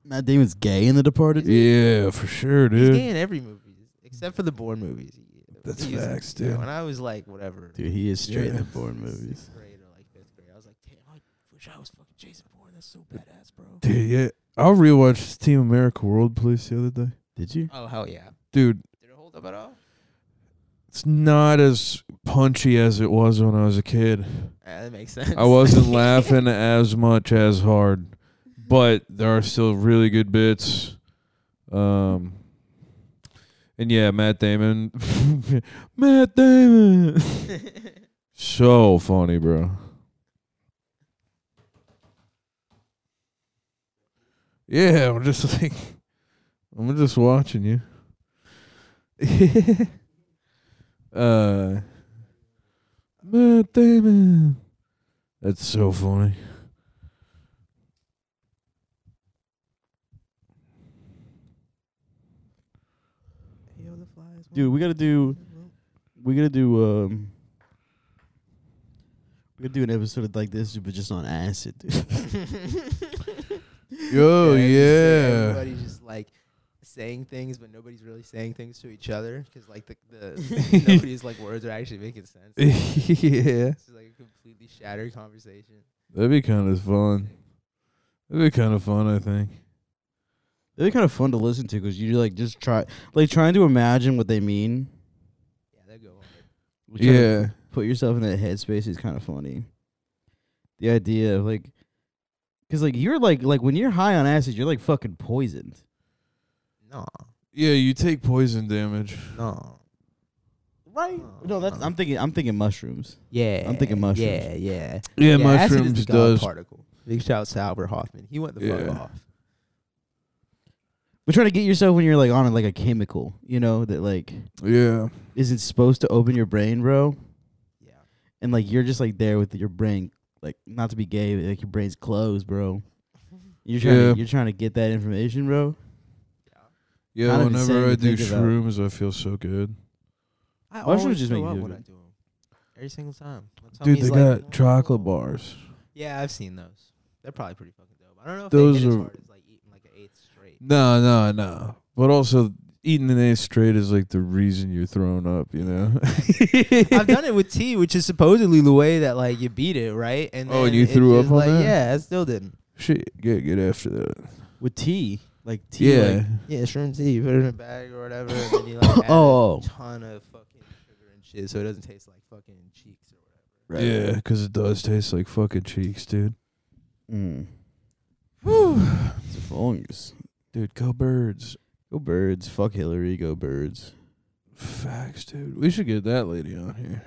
Speaker 2: Matt Damon's gay in The Departed.
Speaker 1: Yeah, for sure,
Speaker 3: He's
Speaker 1: dude.
Speaker 3: gay in every movie except for the Bourne movies. He- uh,
Speaker 1: That's
Speaker 3: he was-
Speaker 1: facts,
Speaker 3: yeah,
Speaker 1: dude.
Speaker 3: When I was like whatever,
Speaker 2: Dude, he is straight in
Speaker 1: Yeah.
Speaker 2: the Bourne movies.
Speaker 3: sixth grade or like fifth grade, I was like, damn, I wish I was fucking Jason Bourne. That's so badass, bro.
Speaker 1: Dude, yeah. I'll rewatch Team America World Police the other day.
Speaker 2: Did you?
Speaker 3: Oh hell yeah!
Speaker 1: Dude,
Speaker 3: Did it hold up at all?
Speaker 1: it's not as punchy as it was when I was a kid.
Speaker 3: Yeah, that makes sense.
Speaker 1: I wasn't laughing as much as hard, but there are still really good bits. Um, and yeah, Matt Damon, Matt Damon, so funny, bro. Yeah, I'm just like, I'm just watching you. uh, Matt Damon. That's so funny.
Speaker 2: Dude, we gotta do. We gotta do. Um, we gotta do an episode of like this, but just on acid, dude.
Speaker 1: Yo,
Speaker 3: Yeah, it's just, like,
Speaker 1: yeah.
Speaker 3: everybody's just like saying things, but nobody's really saying things to each other because like the, the nobody's like words are actually making sense.
Speaker 1: yeah.
Speaker 3: It's like a completely shattered conversation.
Speaker 1: That'd be kind of fun. That'd be kind of fun, I think.
Speaker 2: They're kind of fun to listen to because you like just try, like trying to imagine what they mean.
Speaker 3: Yeah, that go. hard.
Speaker 2: Like, trying to
Speaker 1: yeah.
Speaker 2: Put yourself in that headspace is kind of funny. The idea of like Because like you're like like when you're high on acid, you're like fucking poisoned.
Speaker 3: No,
Speaker 1: Yeah, you take poison damage.
Speaker 3: no.
Speaker 2: Right? No,
Speaker 1: Uh-huh.
Speaker 2: that's I'm thinking I'm thinking mushrooms.
Speaker 3: Yeah,
Speaker 2: I'm thinking mushrooms.
Speaker 3: Yeah, yeah.
Speaker 1: Yeah,
Speaker 3: acid is
Speaker 1: mushrooms
Speaker 3: the God
Speaker 1: does.
Speaker 3: particle. Big shout out to Albert Hoffman. He went the
Speaker 1: Yeah.
Speaker 3: fuck off.
Speaker 2: But trying to get yourself when you're like on like a chemical, you know, that like
Speaker 1: Yeah.
Speaker 2: isn't supposed to open your brain, bro.
Speaker 3: Yeah.
Speaker 2: And like you're just like there with your brain, like not to be gay, but like your brain's closed, bro. You're trying
Speaker 1: Yeah.
Speaker 2: to, you're trying to get that information, bro.
Speaker 1: Yeah,
Speaker 2: Kind of
Speaker 1: whenever
Speaker 2: insane
Speaker 1: I
Speaker 2: to
Speaker 1: do
Speaker 2: think about.
Speaker 1: shrooms, I feel so good.
Speaker 3: I
Speaker 2: Mushrooms
Speaker 3: always
Speaker 2: just
Speaker 3: throw
Speaker 2: make
Speaker 3: up
Speaker 2: you
Speaker 3: when I
Speaker 2: do it.
Speaker 3: do 'em. Every single time. My
Speaker 1: Dude,
Speaker 3: tummy's
Speaker 1: they
Speaker 3: like-
Speaker 1: got chocolate bars.
Speaker 3: Yeah, I've seen those. They're probably pretty fucking dope. I don't know if
Speaker 1: Those
Speaker 3: they hit
Speaker 1: are-
Speaker 3: as hard as like eating like an eighth straight.
Speaker 1: No, no, no. But also, eating an ace straight is like the reason you're throwing up, you know?
Speaker 3: I've done it with tea, which is supposedly the way that like you beat it, right? And
Speaker 1: Oh, and
Speaker 3: then
Speaker 1: you
Speaker 3: it's
Speaker 1: threw up
Speaker 3: just
Speaker 1: on
Speaker 3: like,
Speaker 1: that?
Speaker 3: Yeah, I still didn't.
Speaker 1: Shit, get get after that.
Speaker 2: With tea, like tea.
Speaker 1: Yeah.
Speaker 2: like-
Speaker 3: Yeah, shroom tea. You put it in a bag or whatever, and then you like add
Speaker 2: Oh.
Speaker 3: a ton of fucking sugar and shit, so it doesn't taste like fucking cheeks or whatever.
Speaker 1: Yeah, 'cause it does taste like fucking cheeks, dude.
Speaker 2: Mm. it's a fungus.
Speaker 1: Dude, go birds.
Speaker 2: Go birds. Fuck Hillary. Go birds.
Speaker 1: Facts, dude. We should get that lady on here.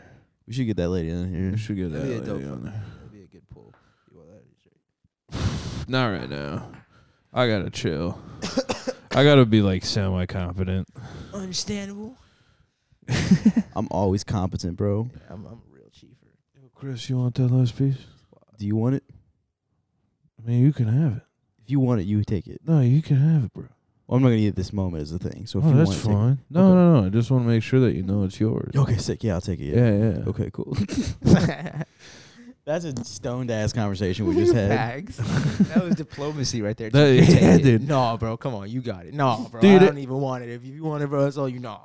Speaker 2: We should get that lady on here.
Speaker 1: We should get that
Speaker 3: That'd be a
Speaker 1: lady
Speaker 3: dope
Speaker 1: on there.
Speaker 3: That'd be a good pull. You want that and shit.
Speaker 1: Not right now. I gotta chill. I gotta be like semi competent.
Speaker 3: Understandable.
Speaker 2: I'm always competent, bro.
Speaker 3: Yeah, I'm, I'm a real chiefer.
Speaker 1: Chris, you want that last piece?
Speaker 2: Do you want it?
Speaker 1: I mean, you can have it.
Speaker 2: If you want it, you take it.
Speaker 1: No, you can have it, bro.
Speaker 2: Well, I'm not gonna eat it this moment is the thing. So if
Speaker 1: oh,
Speaker 2: you
Speaker 1: that's
Speaker 2: want it,
Speaker 1: fine. No,
Speaker 2: Okay.
Speaker 1: no, no. I just want to make sure that you know it's yours.
Speaker 2: take it. okay, sick. Yeah, I'll take it. Yeah.
Speaker 1: Yeah, yeah.
Speaker 2: Okay, cool. That's a stoned ass conversation we just had.
Speaker 3: Bags. that was diplomacy right there.
Speaker 1: That-
Speaker 3: Take it,
Speaker 1: yeah,
Speaker 3: take it.
Speaker 1: dude.
Speaker 3: No, bro, come on, you got it. No, bro,
Speaker 1: Dude,
Speaker 3: I
Speaker 1: it-
Speaker 3: don't even want it. If you want it, bro, it's all you. No,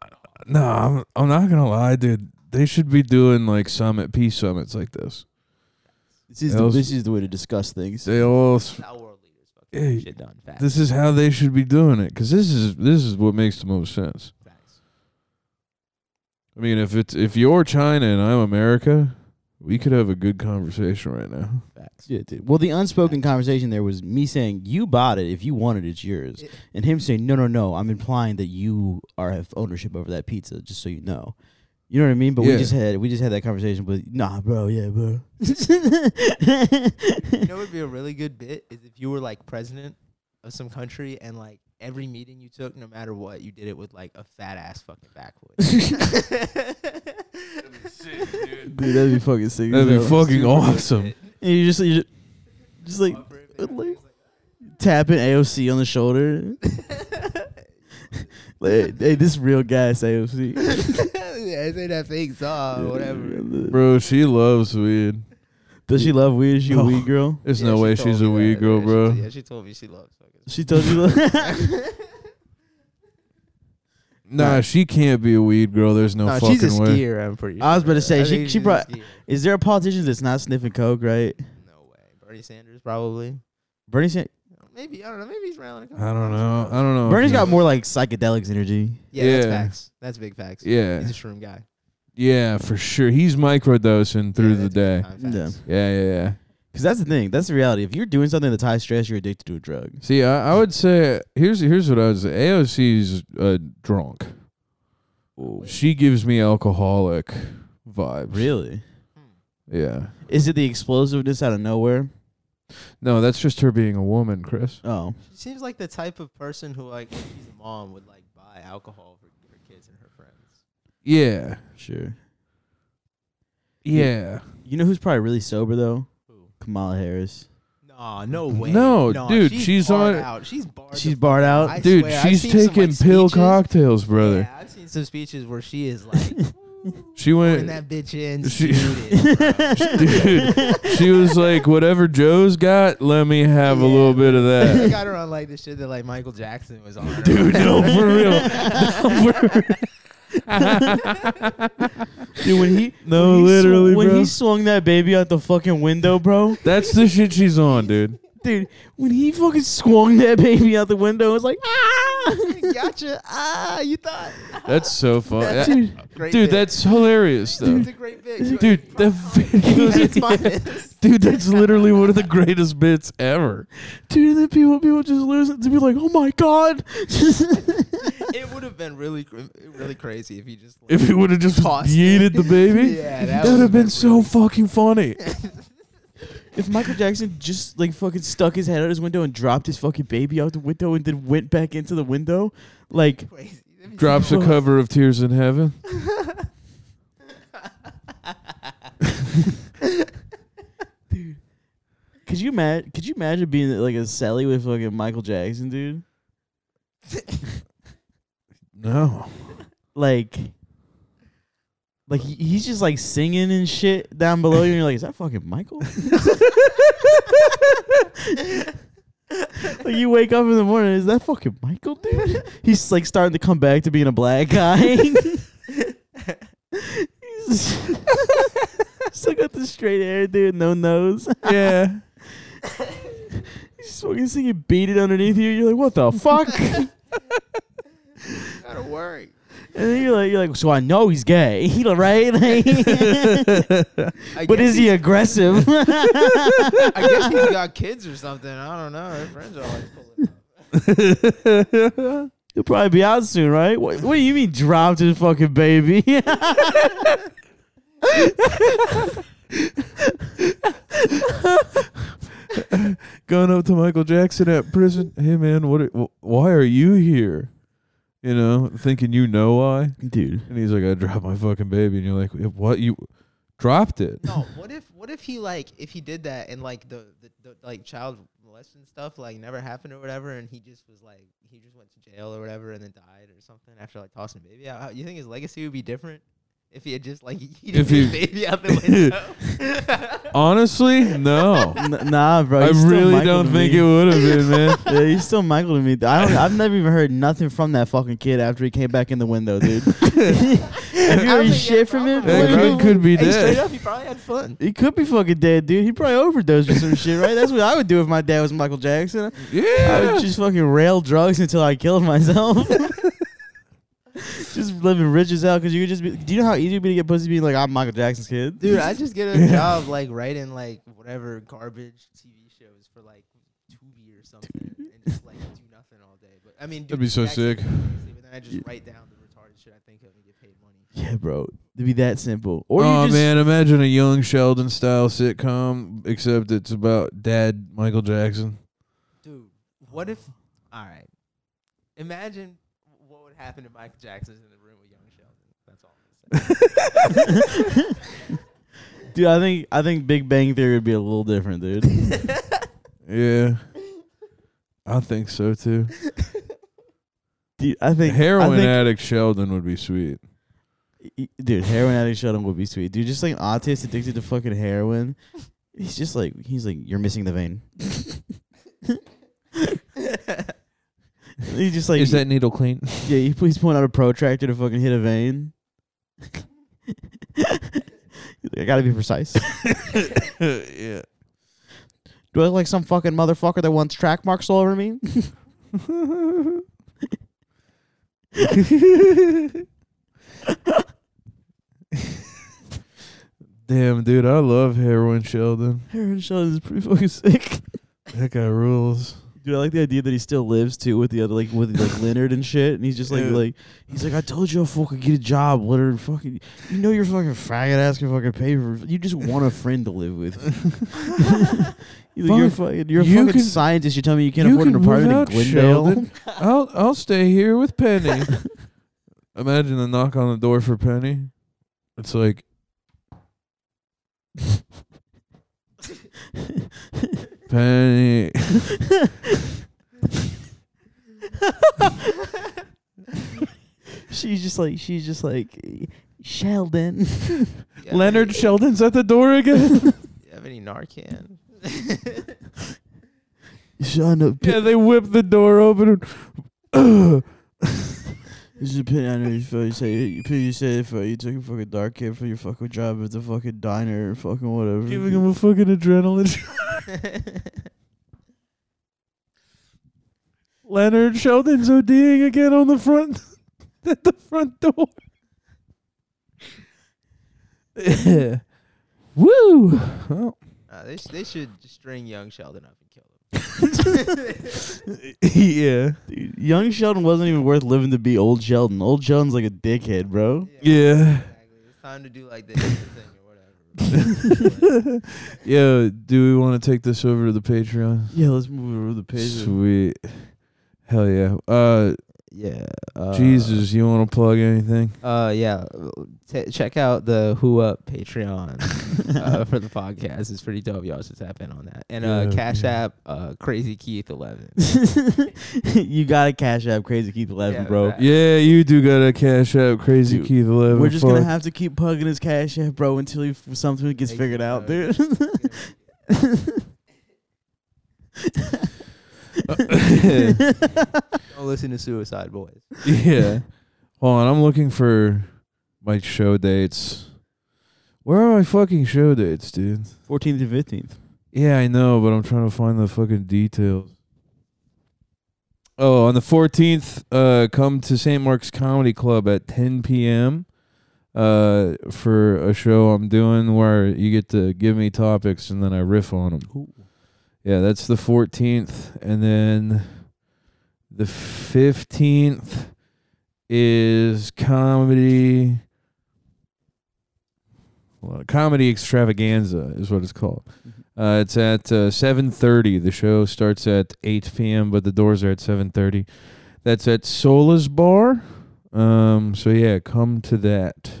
Speaker 3: bro,
Speaker 1: No, I'm I'm not gonna lie, dude. They should be doing like summit peace summits like this.
Speaker 2: This is
Speaker 1: That
Speaker 2: the,
Speaker 1: was-
Speaker 2: this is the way to discuss things.
Speaker 1: They all. s-
Speaker 3: no. Our world leaders fucking
Speaker 1: Hey,
Speaker 3: get shit done. Facts.
Speaker 1: This is how they should be doing it, because this is this is what makes the most sense.
Speaker 3: facts.
Speaker 1: I mean, if it's if you're China and I'm America, we could have a good conversation right now.
Speaker 3: Facts.
Speaker 2: Yeah, dude. Well, the unspoken conversation there was me saying you bought it. If you want it, it's yours.
Speaker 3: It-
Speaker 2: and him saying no, no, no. I'm implying that you are have ownership over that pizza, just so you know. You know what I mean? But
Speaker 1: Yeah.
Speaker 2: we just had we just had that conversation. But nah, bro. Yeah, bro.
Speaker 3: You know, what would be a really good bit is if you were like president of some country and like every meeting you took, no matter what, you did it with like a fat ass fucking backwood.
Speaker 2: Dude, that'd be fucking sick.
Speaker 1: That'd be fucking
Speaker 3: super
Speaker 1: awesome.
Speaker 2: And you just, you just, just like, like tapping AOC on the shoulder. like, hey, hey, this real guy's AOC.
Speaker 3: yeah, say that fake saw or whatever.
Speaker 1: Bro, she loves weed.
Speaker 2: Does she love weed? Is she a weed girl?
Speaker 1: There's
Speaker 3: Yeah,
Speaker 1: no
Speaker 3: she
Speaker 1: way
Speaker 3: told
Speaker 1: she's
Speaker 3: me
Speaker 1: a weed
Speaker 3: that.
Speaker 1: girl,
Speaker 3: yeah,
Speaker 1: bro.
Speaker 3: She, yeah, she told me she loves fucking.
Speaker 2: She told you. Lo-
Speaker 1: Nah, she can't be a weed girl. There's no
Speaker 3: Nah,
Speaker 1: fucking
Speaker 3: she's a
Speaker 1: way.
Speaker 3: skier. I'm pretty.
Speaker 2: I was about to say,
Speaker 3: I
Speaker 2: she-
Speaker 3: think
Speaker 2: she
Speaker 3: she's a
Speaker 2: brought-
Speaker 3: skier.
Speaker 2: Is there a politician that's not sniffing coke? Right?
Speaker 3: No way, Bernie Sanders probably.
Speaker 2: Bernie. San-
Speaker 3: Maybe I don't know. Maybe he's around.
Speaker 1: I don't know. I don't know. if
Speaker 2: Bernie's got
Speaker 1: he's-
Speaker 2: more like psychedelics energy.
Speaker 3: Yeah, that's
Speaker 1: Yeah.
Speaker 3: facts. That's big facts.
Speaker 1: Yeah,
Speaker 3: He's a shroom guy.
Speaker 1: yeah, for sure. He's microdosing through
Speaker 3: Yeah,
Speaker 1: the
Speaker 3: that's
Speaker 1: day.
Speaker 3: big time facts.
Speaker 1: Yeah, yeah, yeah.
Speaker 2: Because that's the thing. That's the reality. If you're doing something that's high stress, you're addicted to a drug.
Speaker 1: See, I, I would say here's here's what I would say. AOC's uh, drunk. She gives me alcoholic vibes.
Speaker 2: Really?
Speaker 1: Yeah.
Speaker 2: Is it the explosiveness out of nowhere?
Speaker 1: No, that's just her being a woman, Chris.
Speaker 2: Oh.
Speaker 3: She seems like the type of person who, like, when she's a mom, would like buy alcohol for her kids and her friends.
Speaker 1: Yeah.
Speaker 2: Sure.
Speaker 1: Yeah.
Speaker 2: You know who's probably really sober though?
Speaker 3: Who?
Speaker 2: Kamala Harris.
Speaker 3: Nah, no way.
Speaker 1: No,
Speaker 3: Nah,
Speaker 1: dude,
Speaker 3: she's,
Speaker 1: she's
Speaker 3: barred
Speaker 1: on-
Speaker 3: out. She's barred.
Speaker 2: She's
Speaker 3: the
Speaker 2: barred
Speaker 3: fuck
Speaker 2: out.
Speaker 3: I
Speaker 1: Dude,
Speaker 3: swear, I've
Speaker 1: she's
Speaker 3: seen some, like,
Speaker 1: taking pill
Speaker 3: speeches.
Speaker 1: cocktails, brother.
Speaker 3: Yeah, I've seen some speeches where she is like,
Speaker 1: She went
Speaker 3: putting that bitch in.
Speaker 1: She-
Speaker 3: suited, bro.
Speaker 1: dude, she was like, Whatever Joe's got, let me have a
Speaker 3: Yeah.
Speaker 1: little bit of
Speaker 3: They
Speaker 1: that.
Speaker 3: got her on like the shit that like Michael Jackson was on.
Speaker 1: Dude, no, for real. No, for
Speaker 2: Dude, when he
Speaker 1: No,
Speaker 2: when he
Speaker 1: literally,
Speaker 2: swung, when
Speaker 1: bro.
Speaker 2: he swung that baby out the fucking window, bro.
Speaker 1: That's the shit she's on, dude.
Speaker 2: Dude, when he fucking swung that baby out the window, it was like, ah!
Speaker 3: gotcha. Ah, you thought.
Speaker 1: That's so fun. That- dude,
Speaker 2: Dude,
Speaker 3: Great
Speaker 1: that's hilarious though.
Speaker 3: It's a
Speaker 1: Dude,
Speaker 3: great bit.
Speaker 1: that
Speaker 3: It's
Speaker 1: video. Dude, that's literally one of the greatest bits ever.
Speaker 2: dude, the people people just lose it to be like, oh my god. "Ah!"
Speaker 3: It would have been really, cr- really crazy if you just. Like,
Speaker 1: If he would have just
Speaker 3: Tossed
Speaker 1: yeeted the baby,
Speaker 3: Yeah, that
Speaker 1: that, would
Speaker 3: would've
Speaker 1: have been,
Speaker 3: been
Speaker 1: so fucking funny.
Speaker 2: if Michael Jackson just like fucking stuck his head out his window and dropped his fucking baby out the window and then went back into the window, like
Speaker 3: crazy. That'd be
Speaker 1: Drops a cover of Tears in Heaven.
Speaker 2: could you imagine could you imagine being like a Sally with fucking Michael Jackson, dude?
Speaker 1: No,
Speaker 2: Like like he, he's just like singing and shit down below you and you're like, is that fucking Michael? like you wake up in the morning, is that fucking Michael, dude? He's like starting to come back to being a black guy. He's- Still got the straight hair, dude. No nose.
Speaker 1: yeah,
Speaker 2: He's fucking singing "Beat It" underneath you. You're like, what the fuck? and
Speaker 3: Gotta worry.
Speaker 2: then you're like, you're like, so I know he's gay, He right?
Speaker 3: I
Speaker 2: but
Speaker 3: guess
Speaker 2: is he aggressive?
Speaker 3: he's- I guess he's got kids or something. I don't know. Her friends are always pulling. up.
Speaker 2: He'll probably be out soon, right? What, what do you mean dropped his fucking baby?
Speaker 1: going up to Michael Jackson at prison. Hey man, what? Are, wh- why are you here? You know, thinking you know why.
Speaker 2: dude.
Speaker 1: And he's like, I dropped my fucking baby, and you're like, "Yeah, what? You dropped it?
Speaker 3: No, what if what if he like if he did that and like the, the, the like child molesting stuff like never happened or whatever and he just was like he just went to jail or whatever and then died or something after like tossing a baby out. How- You think his legacy would be different if he had just like
Speaker 1: If
Speaker 3: if his
Speaker 1: he-
Speaker 3: baby out the window?
Speaker 1: Honestly, no.
Speaker 2: N- nah, bro.
Speaker 1: I
Speaker 2: he's still
Speaker 1: really
Speaker 2: Michael
Speaker 1: don't
Speaker 2: to
Speaker 1: think
Speaker 2: me.
Speaker 1: it would have been, man.
Speaker 2: Yeah, he's still Michael to me. I don't. I've never even heard nothing from that fucking kid after he came back in the window, dude. Have you
Speaker 3: I don't
Speaker 2: heard
Speaker 3: think he had
Speaker 2: shit
Speaker 3: a
Speaker 2: from him?
Speaker 3: problem.
Speaker 1: That kid could be
Speaker 3: hey, straight
Speaker 1: dead.
Speaker 3: up, he probably had fun.
Speaker 2: He could be fucking dead, dude. He probably overdosed or some shit, right? That's what I would do if my dad was Michael Jackson. I
Speaker 1: Yeah.
Speaker 2: would just fucking rail drugs until I killed myself. just living rich as hell because you could just be. Do you know how easy it'd be to get pussy being like, I'm Michael Jackson's kid?
Speaker 3: Dude, I just get a
Speaker 1: Yeah.
Speaker 3: job like writing like whatever garbage TV shows for like Tubi or something, and just like do nothing all day. But I mean,
Speaker 1: That'd
Speaker 3: dude,
Speaker 1: be so
Speaker 3: it's actually
Speaker 1: sick.
Speaker 3: crazy, But then I just write down the retarded shit I think of and get paid money.
Speaker 2: Yeah, bro. It'd be that simple. Or
Speaker 1: oh
Speaker 2: you just.
Speaker 1: man, imagine a young Sheldon style sitcom, except it's about Dad Michael Jackson.
Speaker 3: Dude, what if? All right, imagine what would happen to Michael Jackson in the room with young Sheldon. That's all. I'm gonna say.
Speaker 2: Dude, I think I think Big Bang Theory would be a little different, dude.
Speaker 1: Yeah. I think so too.
Speaker 2: dude I think I
Speaker 1: Heroin
Speaker 2: think-
Speaker 1: addict Sheldon would be sweet.
Speaker 2: Y- Dude, heroin addict Sheldon would be sweet. Dude, just like an autist addicted to fucking heroin. He's just like he's like, You're missing the vein. he's just like
Speaker 1: Is that needle clean?
Speaker 2: Yeah, he, he's pulling out a protractor to fucking hit a vein. He's like, I gotta be precise.
Speaker 1: yeah.
Speaker 2: Do I look like some fucking motherfucker that wants track marks all over me?
Speaker 1: Damn, dude, I love heroin Sheldon.
Speaker 2: Heroin Sheldon is pretty fucking sick.
Speaker 1: That guy rules.
Speaker 2: Dude, I like the idea that he still lives too with the other, like with like Leonard and shit, and he's just like,
Speaker 1: Yeah.
Speaker 2: like he's like, I told you, I'll fucking get a job, Leonard. Fucking, you know, your fucking faggot ass can fucking pay for. You just want a friend to live with. You're like, you're
Speaker 1: Fuck.
Speaker 2: fucking, you're a
Speaker 1: You
Speaker 2: fucking
Speaker 1: can-
Speaker 2: scientist. You tell me you can't
Speaker 1: You
Speaker 2: afford
Speaker 1: can
Speaker 2: an
Speaker 1: move
Speaker 2: apartment
Speaker 1: out,
Speaker 2: in Glendale.
Speaker 1: Sheldon. I'll I'll stay here with Penny. Imagine the knock on the door for Penny. It's like Penny.
Speaker 2: she's just like, she's just like, Sheldon.
Speaker 3: You have
Speaker 1: Leonard
Speaker 3: any-
Speaker 1: Sheldon's at the door again.
Speaker 3: you have any Narcan?
Speaker 2: Shut up.
Speaker 1: yeah, they whip the door open. and-
Speaker 2: This is a pin I know you fucking say you pin you say if uh, you took a fucking dark kid for your fucking job at the
Speaker 1: Mm-hmm.
Speaker 2: fucking diner or fucking whatever.
Speaker 1: Giving him a fucking adrenaline. Leonard Sheldon's ODing again on the front at the front door. Woo! Well,
Speaker 3: Uh, they, sh- they should string young Sheldon up and kill him.
Speaker 1: yeah,
Speaker 2: Dude, young Sheldon wasn't even worth living to be old Sheldon. Old Sheldon's like a dickhead, bro.
Speaker 1: yeah,
Speaker 3: Exactly. It's time to do like the ninja thing or whatever.
Speaker 1: yeah. Do we want to take this over to the Patreon?
Speaker 2: Yeah, let's move over the page.
Speaker 1: Sweet, hell yeah. Uh,
Speaker 3: yeah. Uh,
Speaker 1: Jesus, you want to plug anything?
Speaker 3: Uh, yeah. T- check out the Who Up Patreon uh, for the podcast. It's pretty dope. Y'all should tap in on that. And uh,
Speaker 1: Yeah,
Speaker 3: Cash
Speaker 1: yeah.
Speaker 3: App, uh, Crazy Keith Eleven.
Speaker 2: you gotta cash out Crazy Keith 11,
Speaker 3: Yeah,
Speaker 2: bro.
Speaker 3: facts.
Speaker 1: Yeah, you do gotta cash out Crazy
Speaker 2: Dude,
Speaker 1: Keith Eleven.
Speaker 2: We're just gonna
Speaker 1: fuck.
Speaker 2: have to keep pugging his cash app, bro, until he f- something gets
Speaker 3: Hey, uh,
Speaker 2: figured out,
Speaker 3: bro.
Speaker 2: dude.
Speaker 3: Don't listen to Suicide Boys.
Speaker 1: yeah. Hold on, I'm looking for my show dates. Where are my fucking show dates, dude?
Speaker 2: 14th and 15th.
Speaker 1: Yeah, I know, but I'm trying to find the fucking details. Oh, on the 14th, uh, come to St. Mark's Comedy Club at 10 p.m. Uh, for a show I'm doing where you get to give me topics and then I riff on them. Yeah, that's the 14th, and then the 15th is comedy. Well, comedy extravaganza is what it's called. Uh, it's at uh, 7.30. The show starts at 8 p.m., but the doors are at 7.30. That's at Sola's Bar. Um, so, yeah, come to that.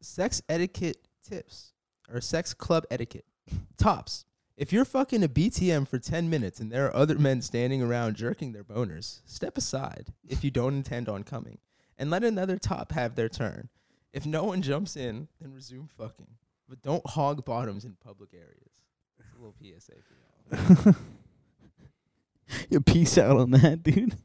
Speaker 3: sex etiquette tips or sex club etiquette tops. If you're fucking a BTM for 10 minutes and there are other men standing around jerking their boners, step aside if you don't intend on coming and let another top have their turn. If no one jumps in, then resume fucking. But don't hog bottoms in public areas. It's a little PSA for y'all.
Speaker 2: Yeah, peace out on that, dude.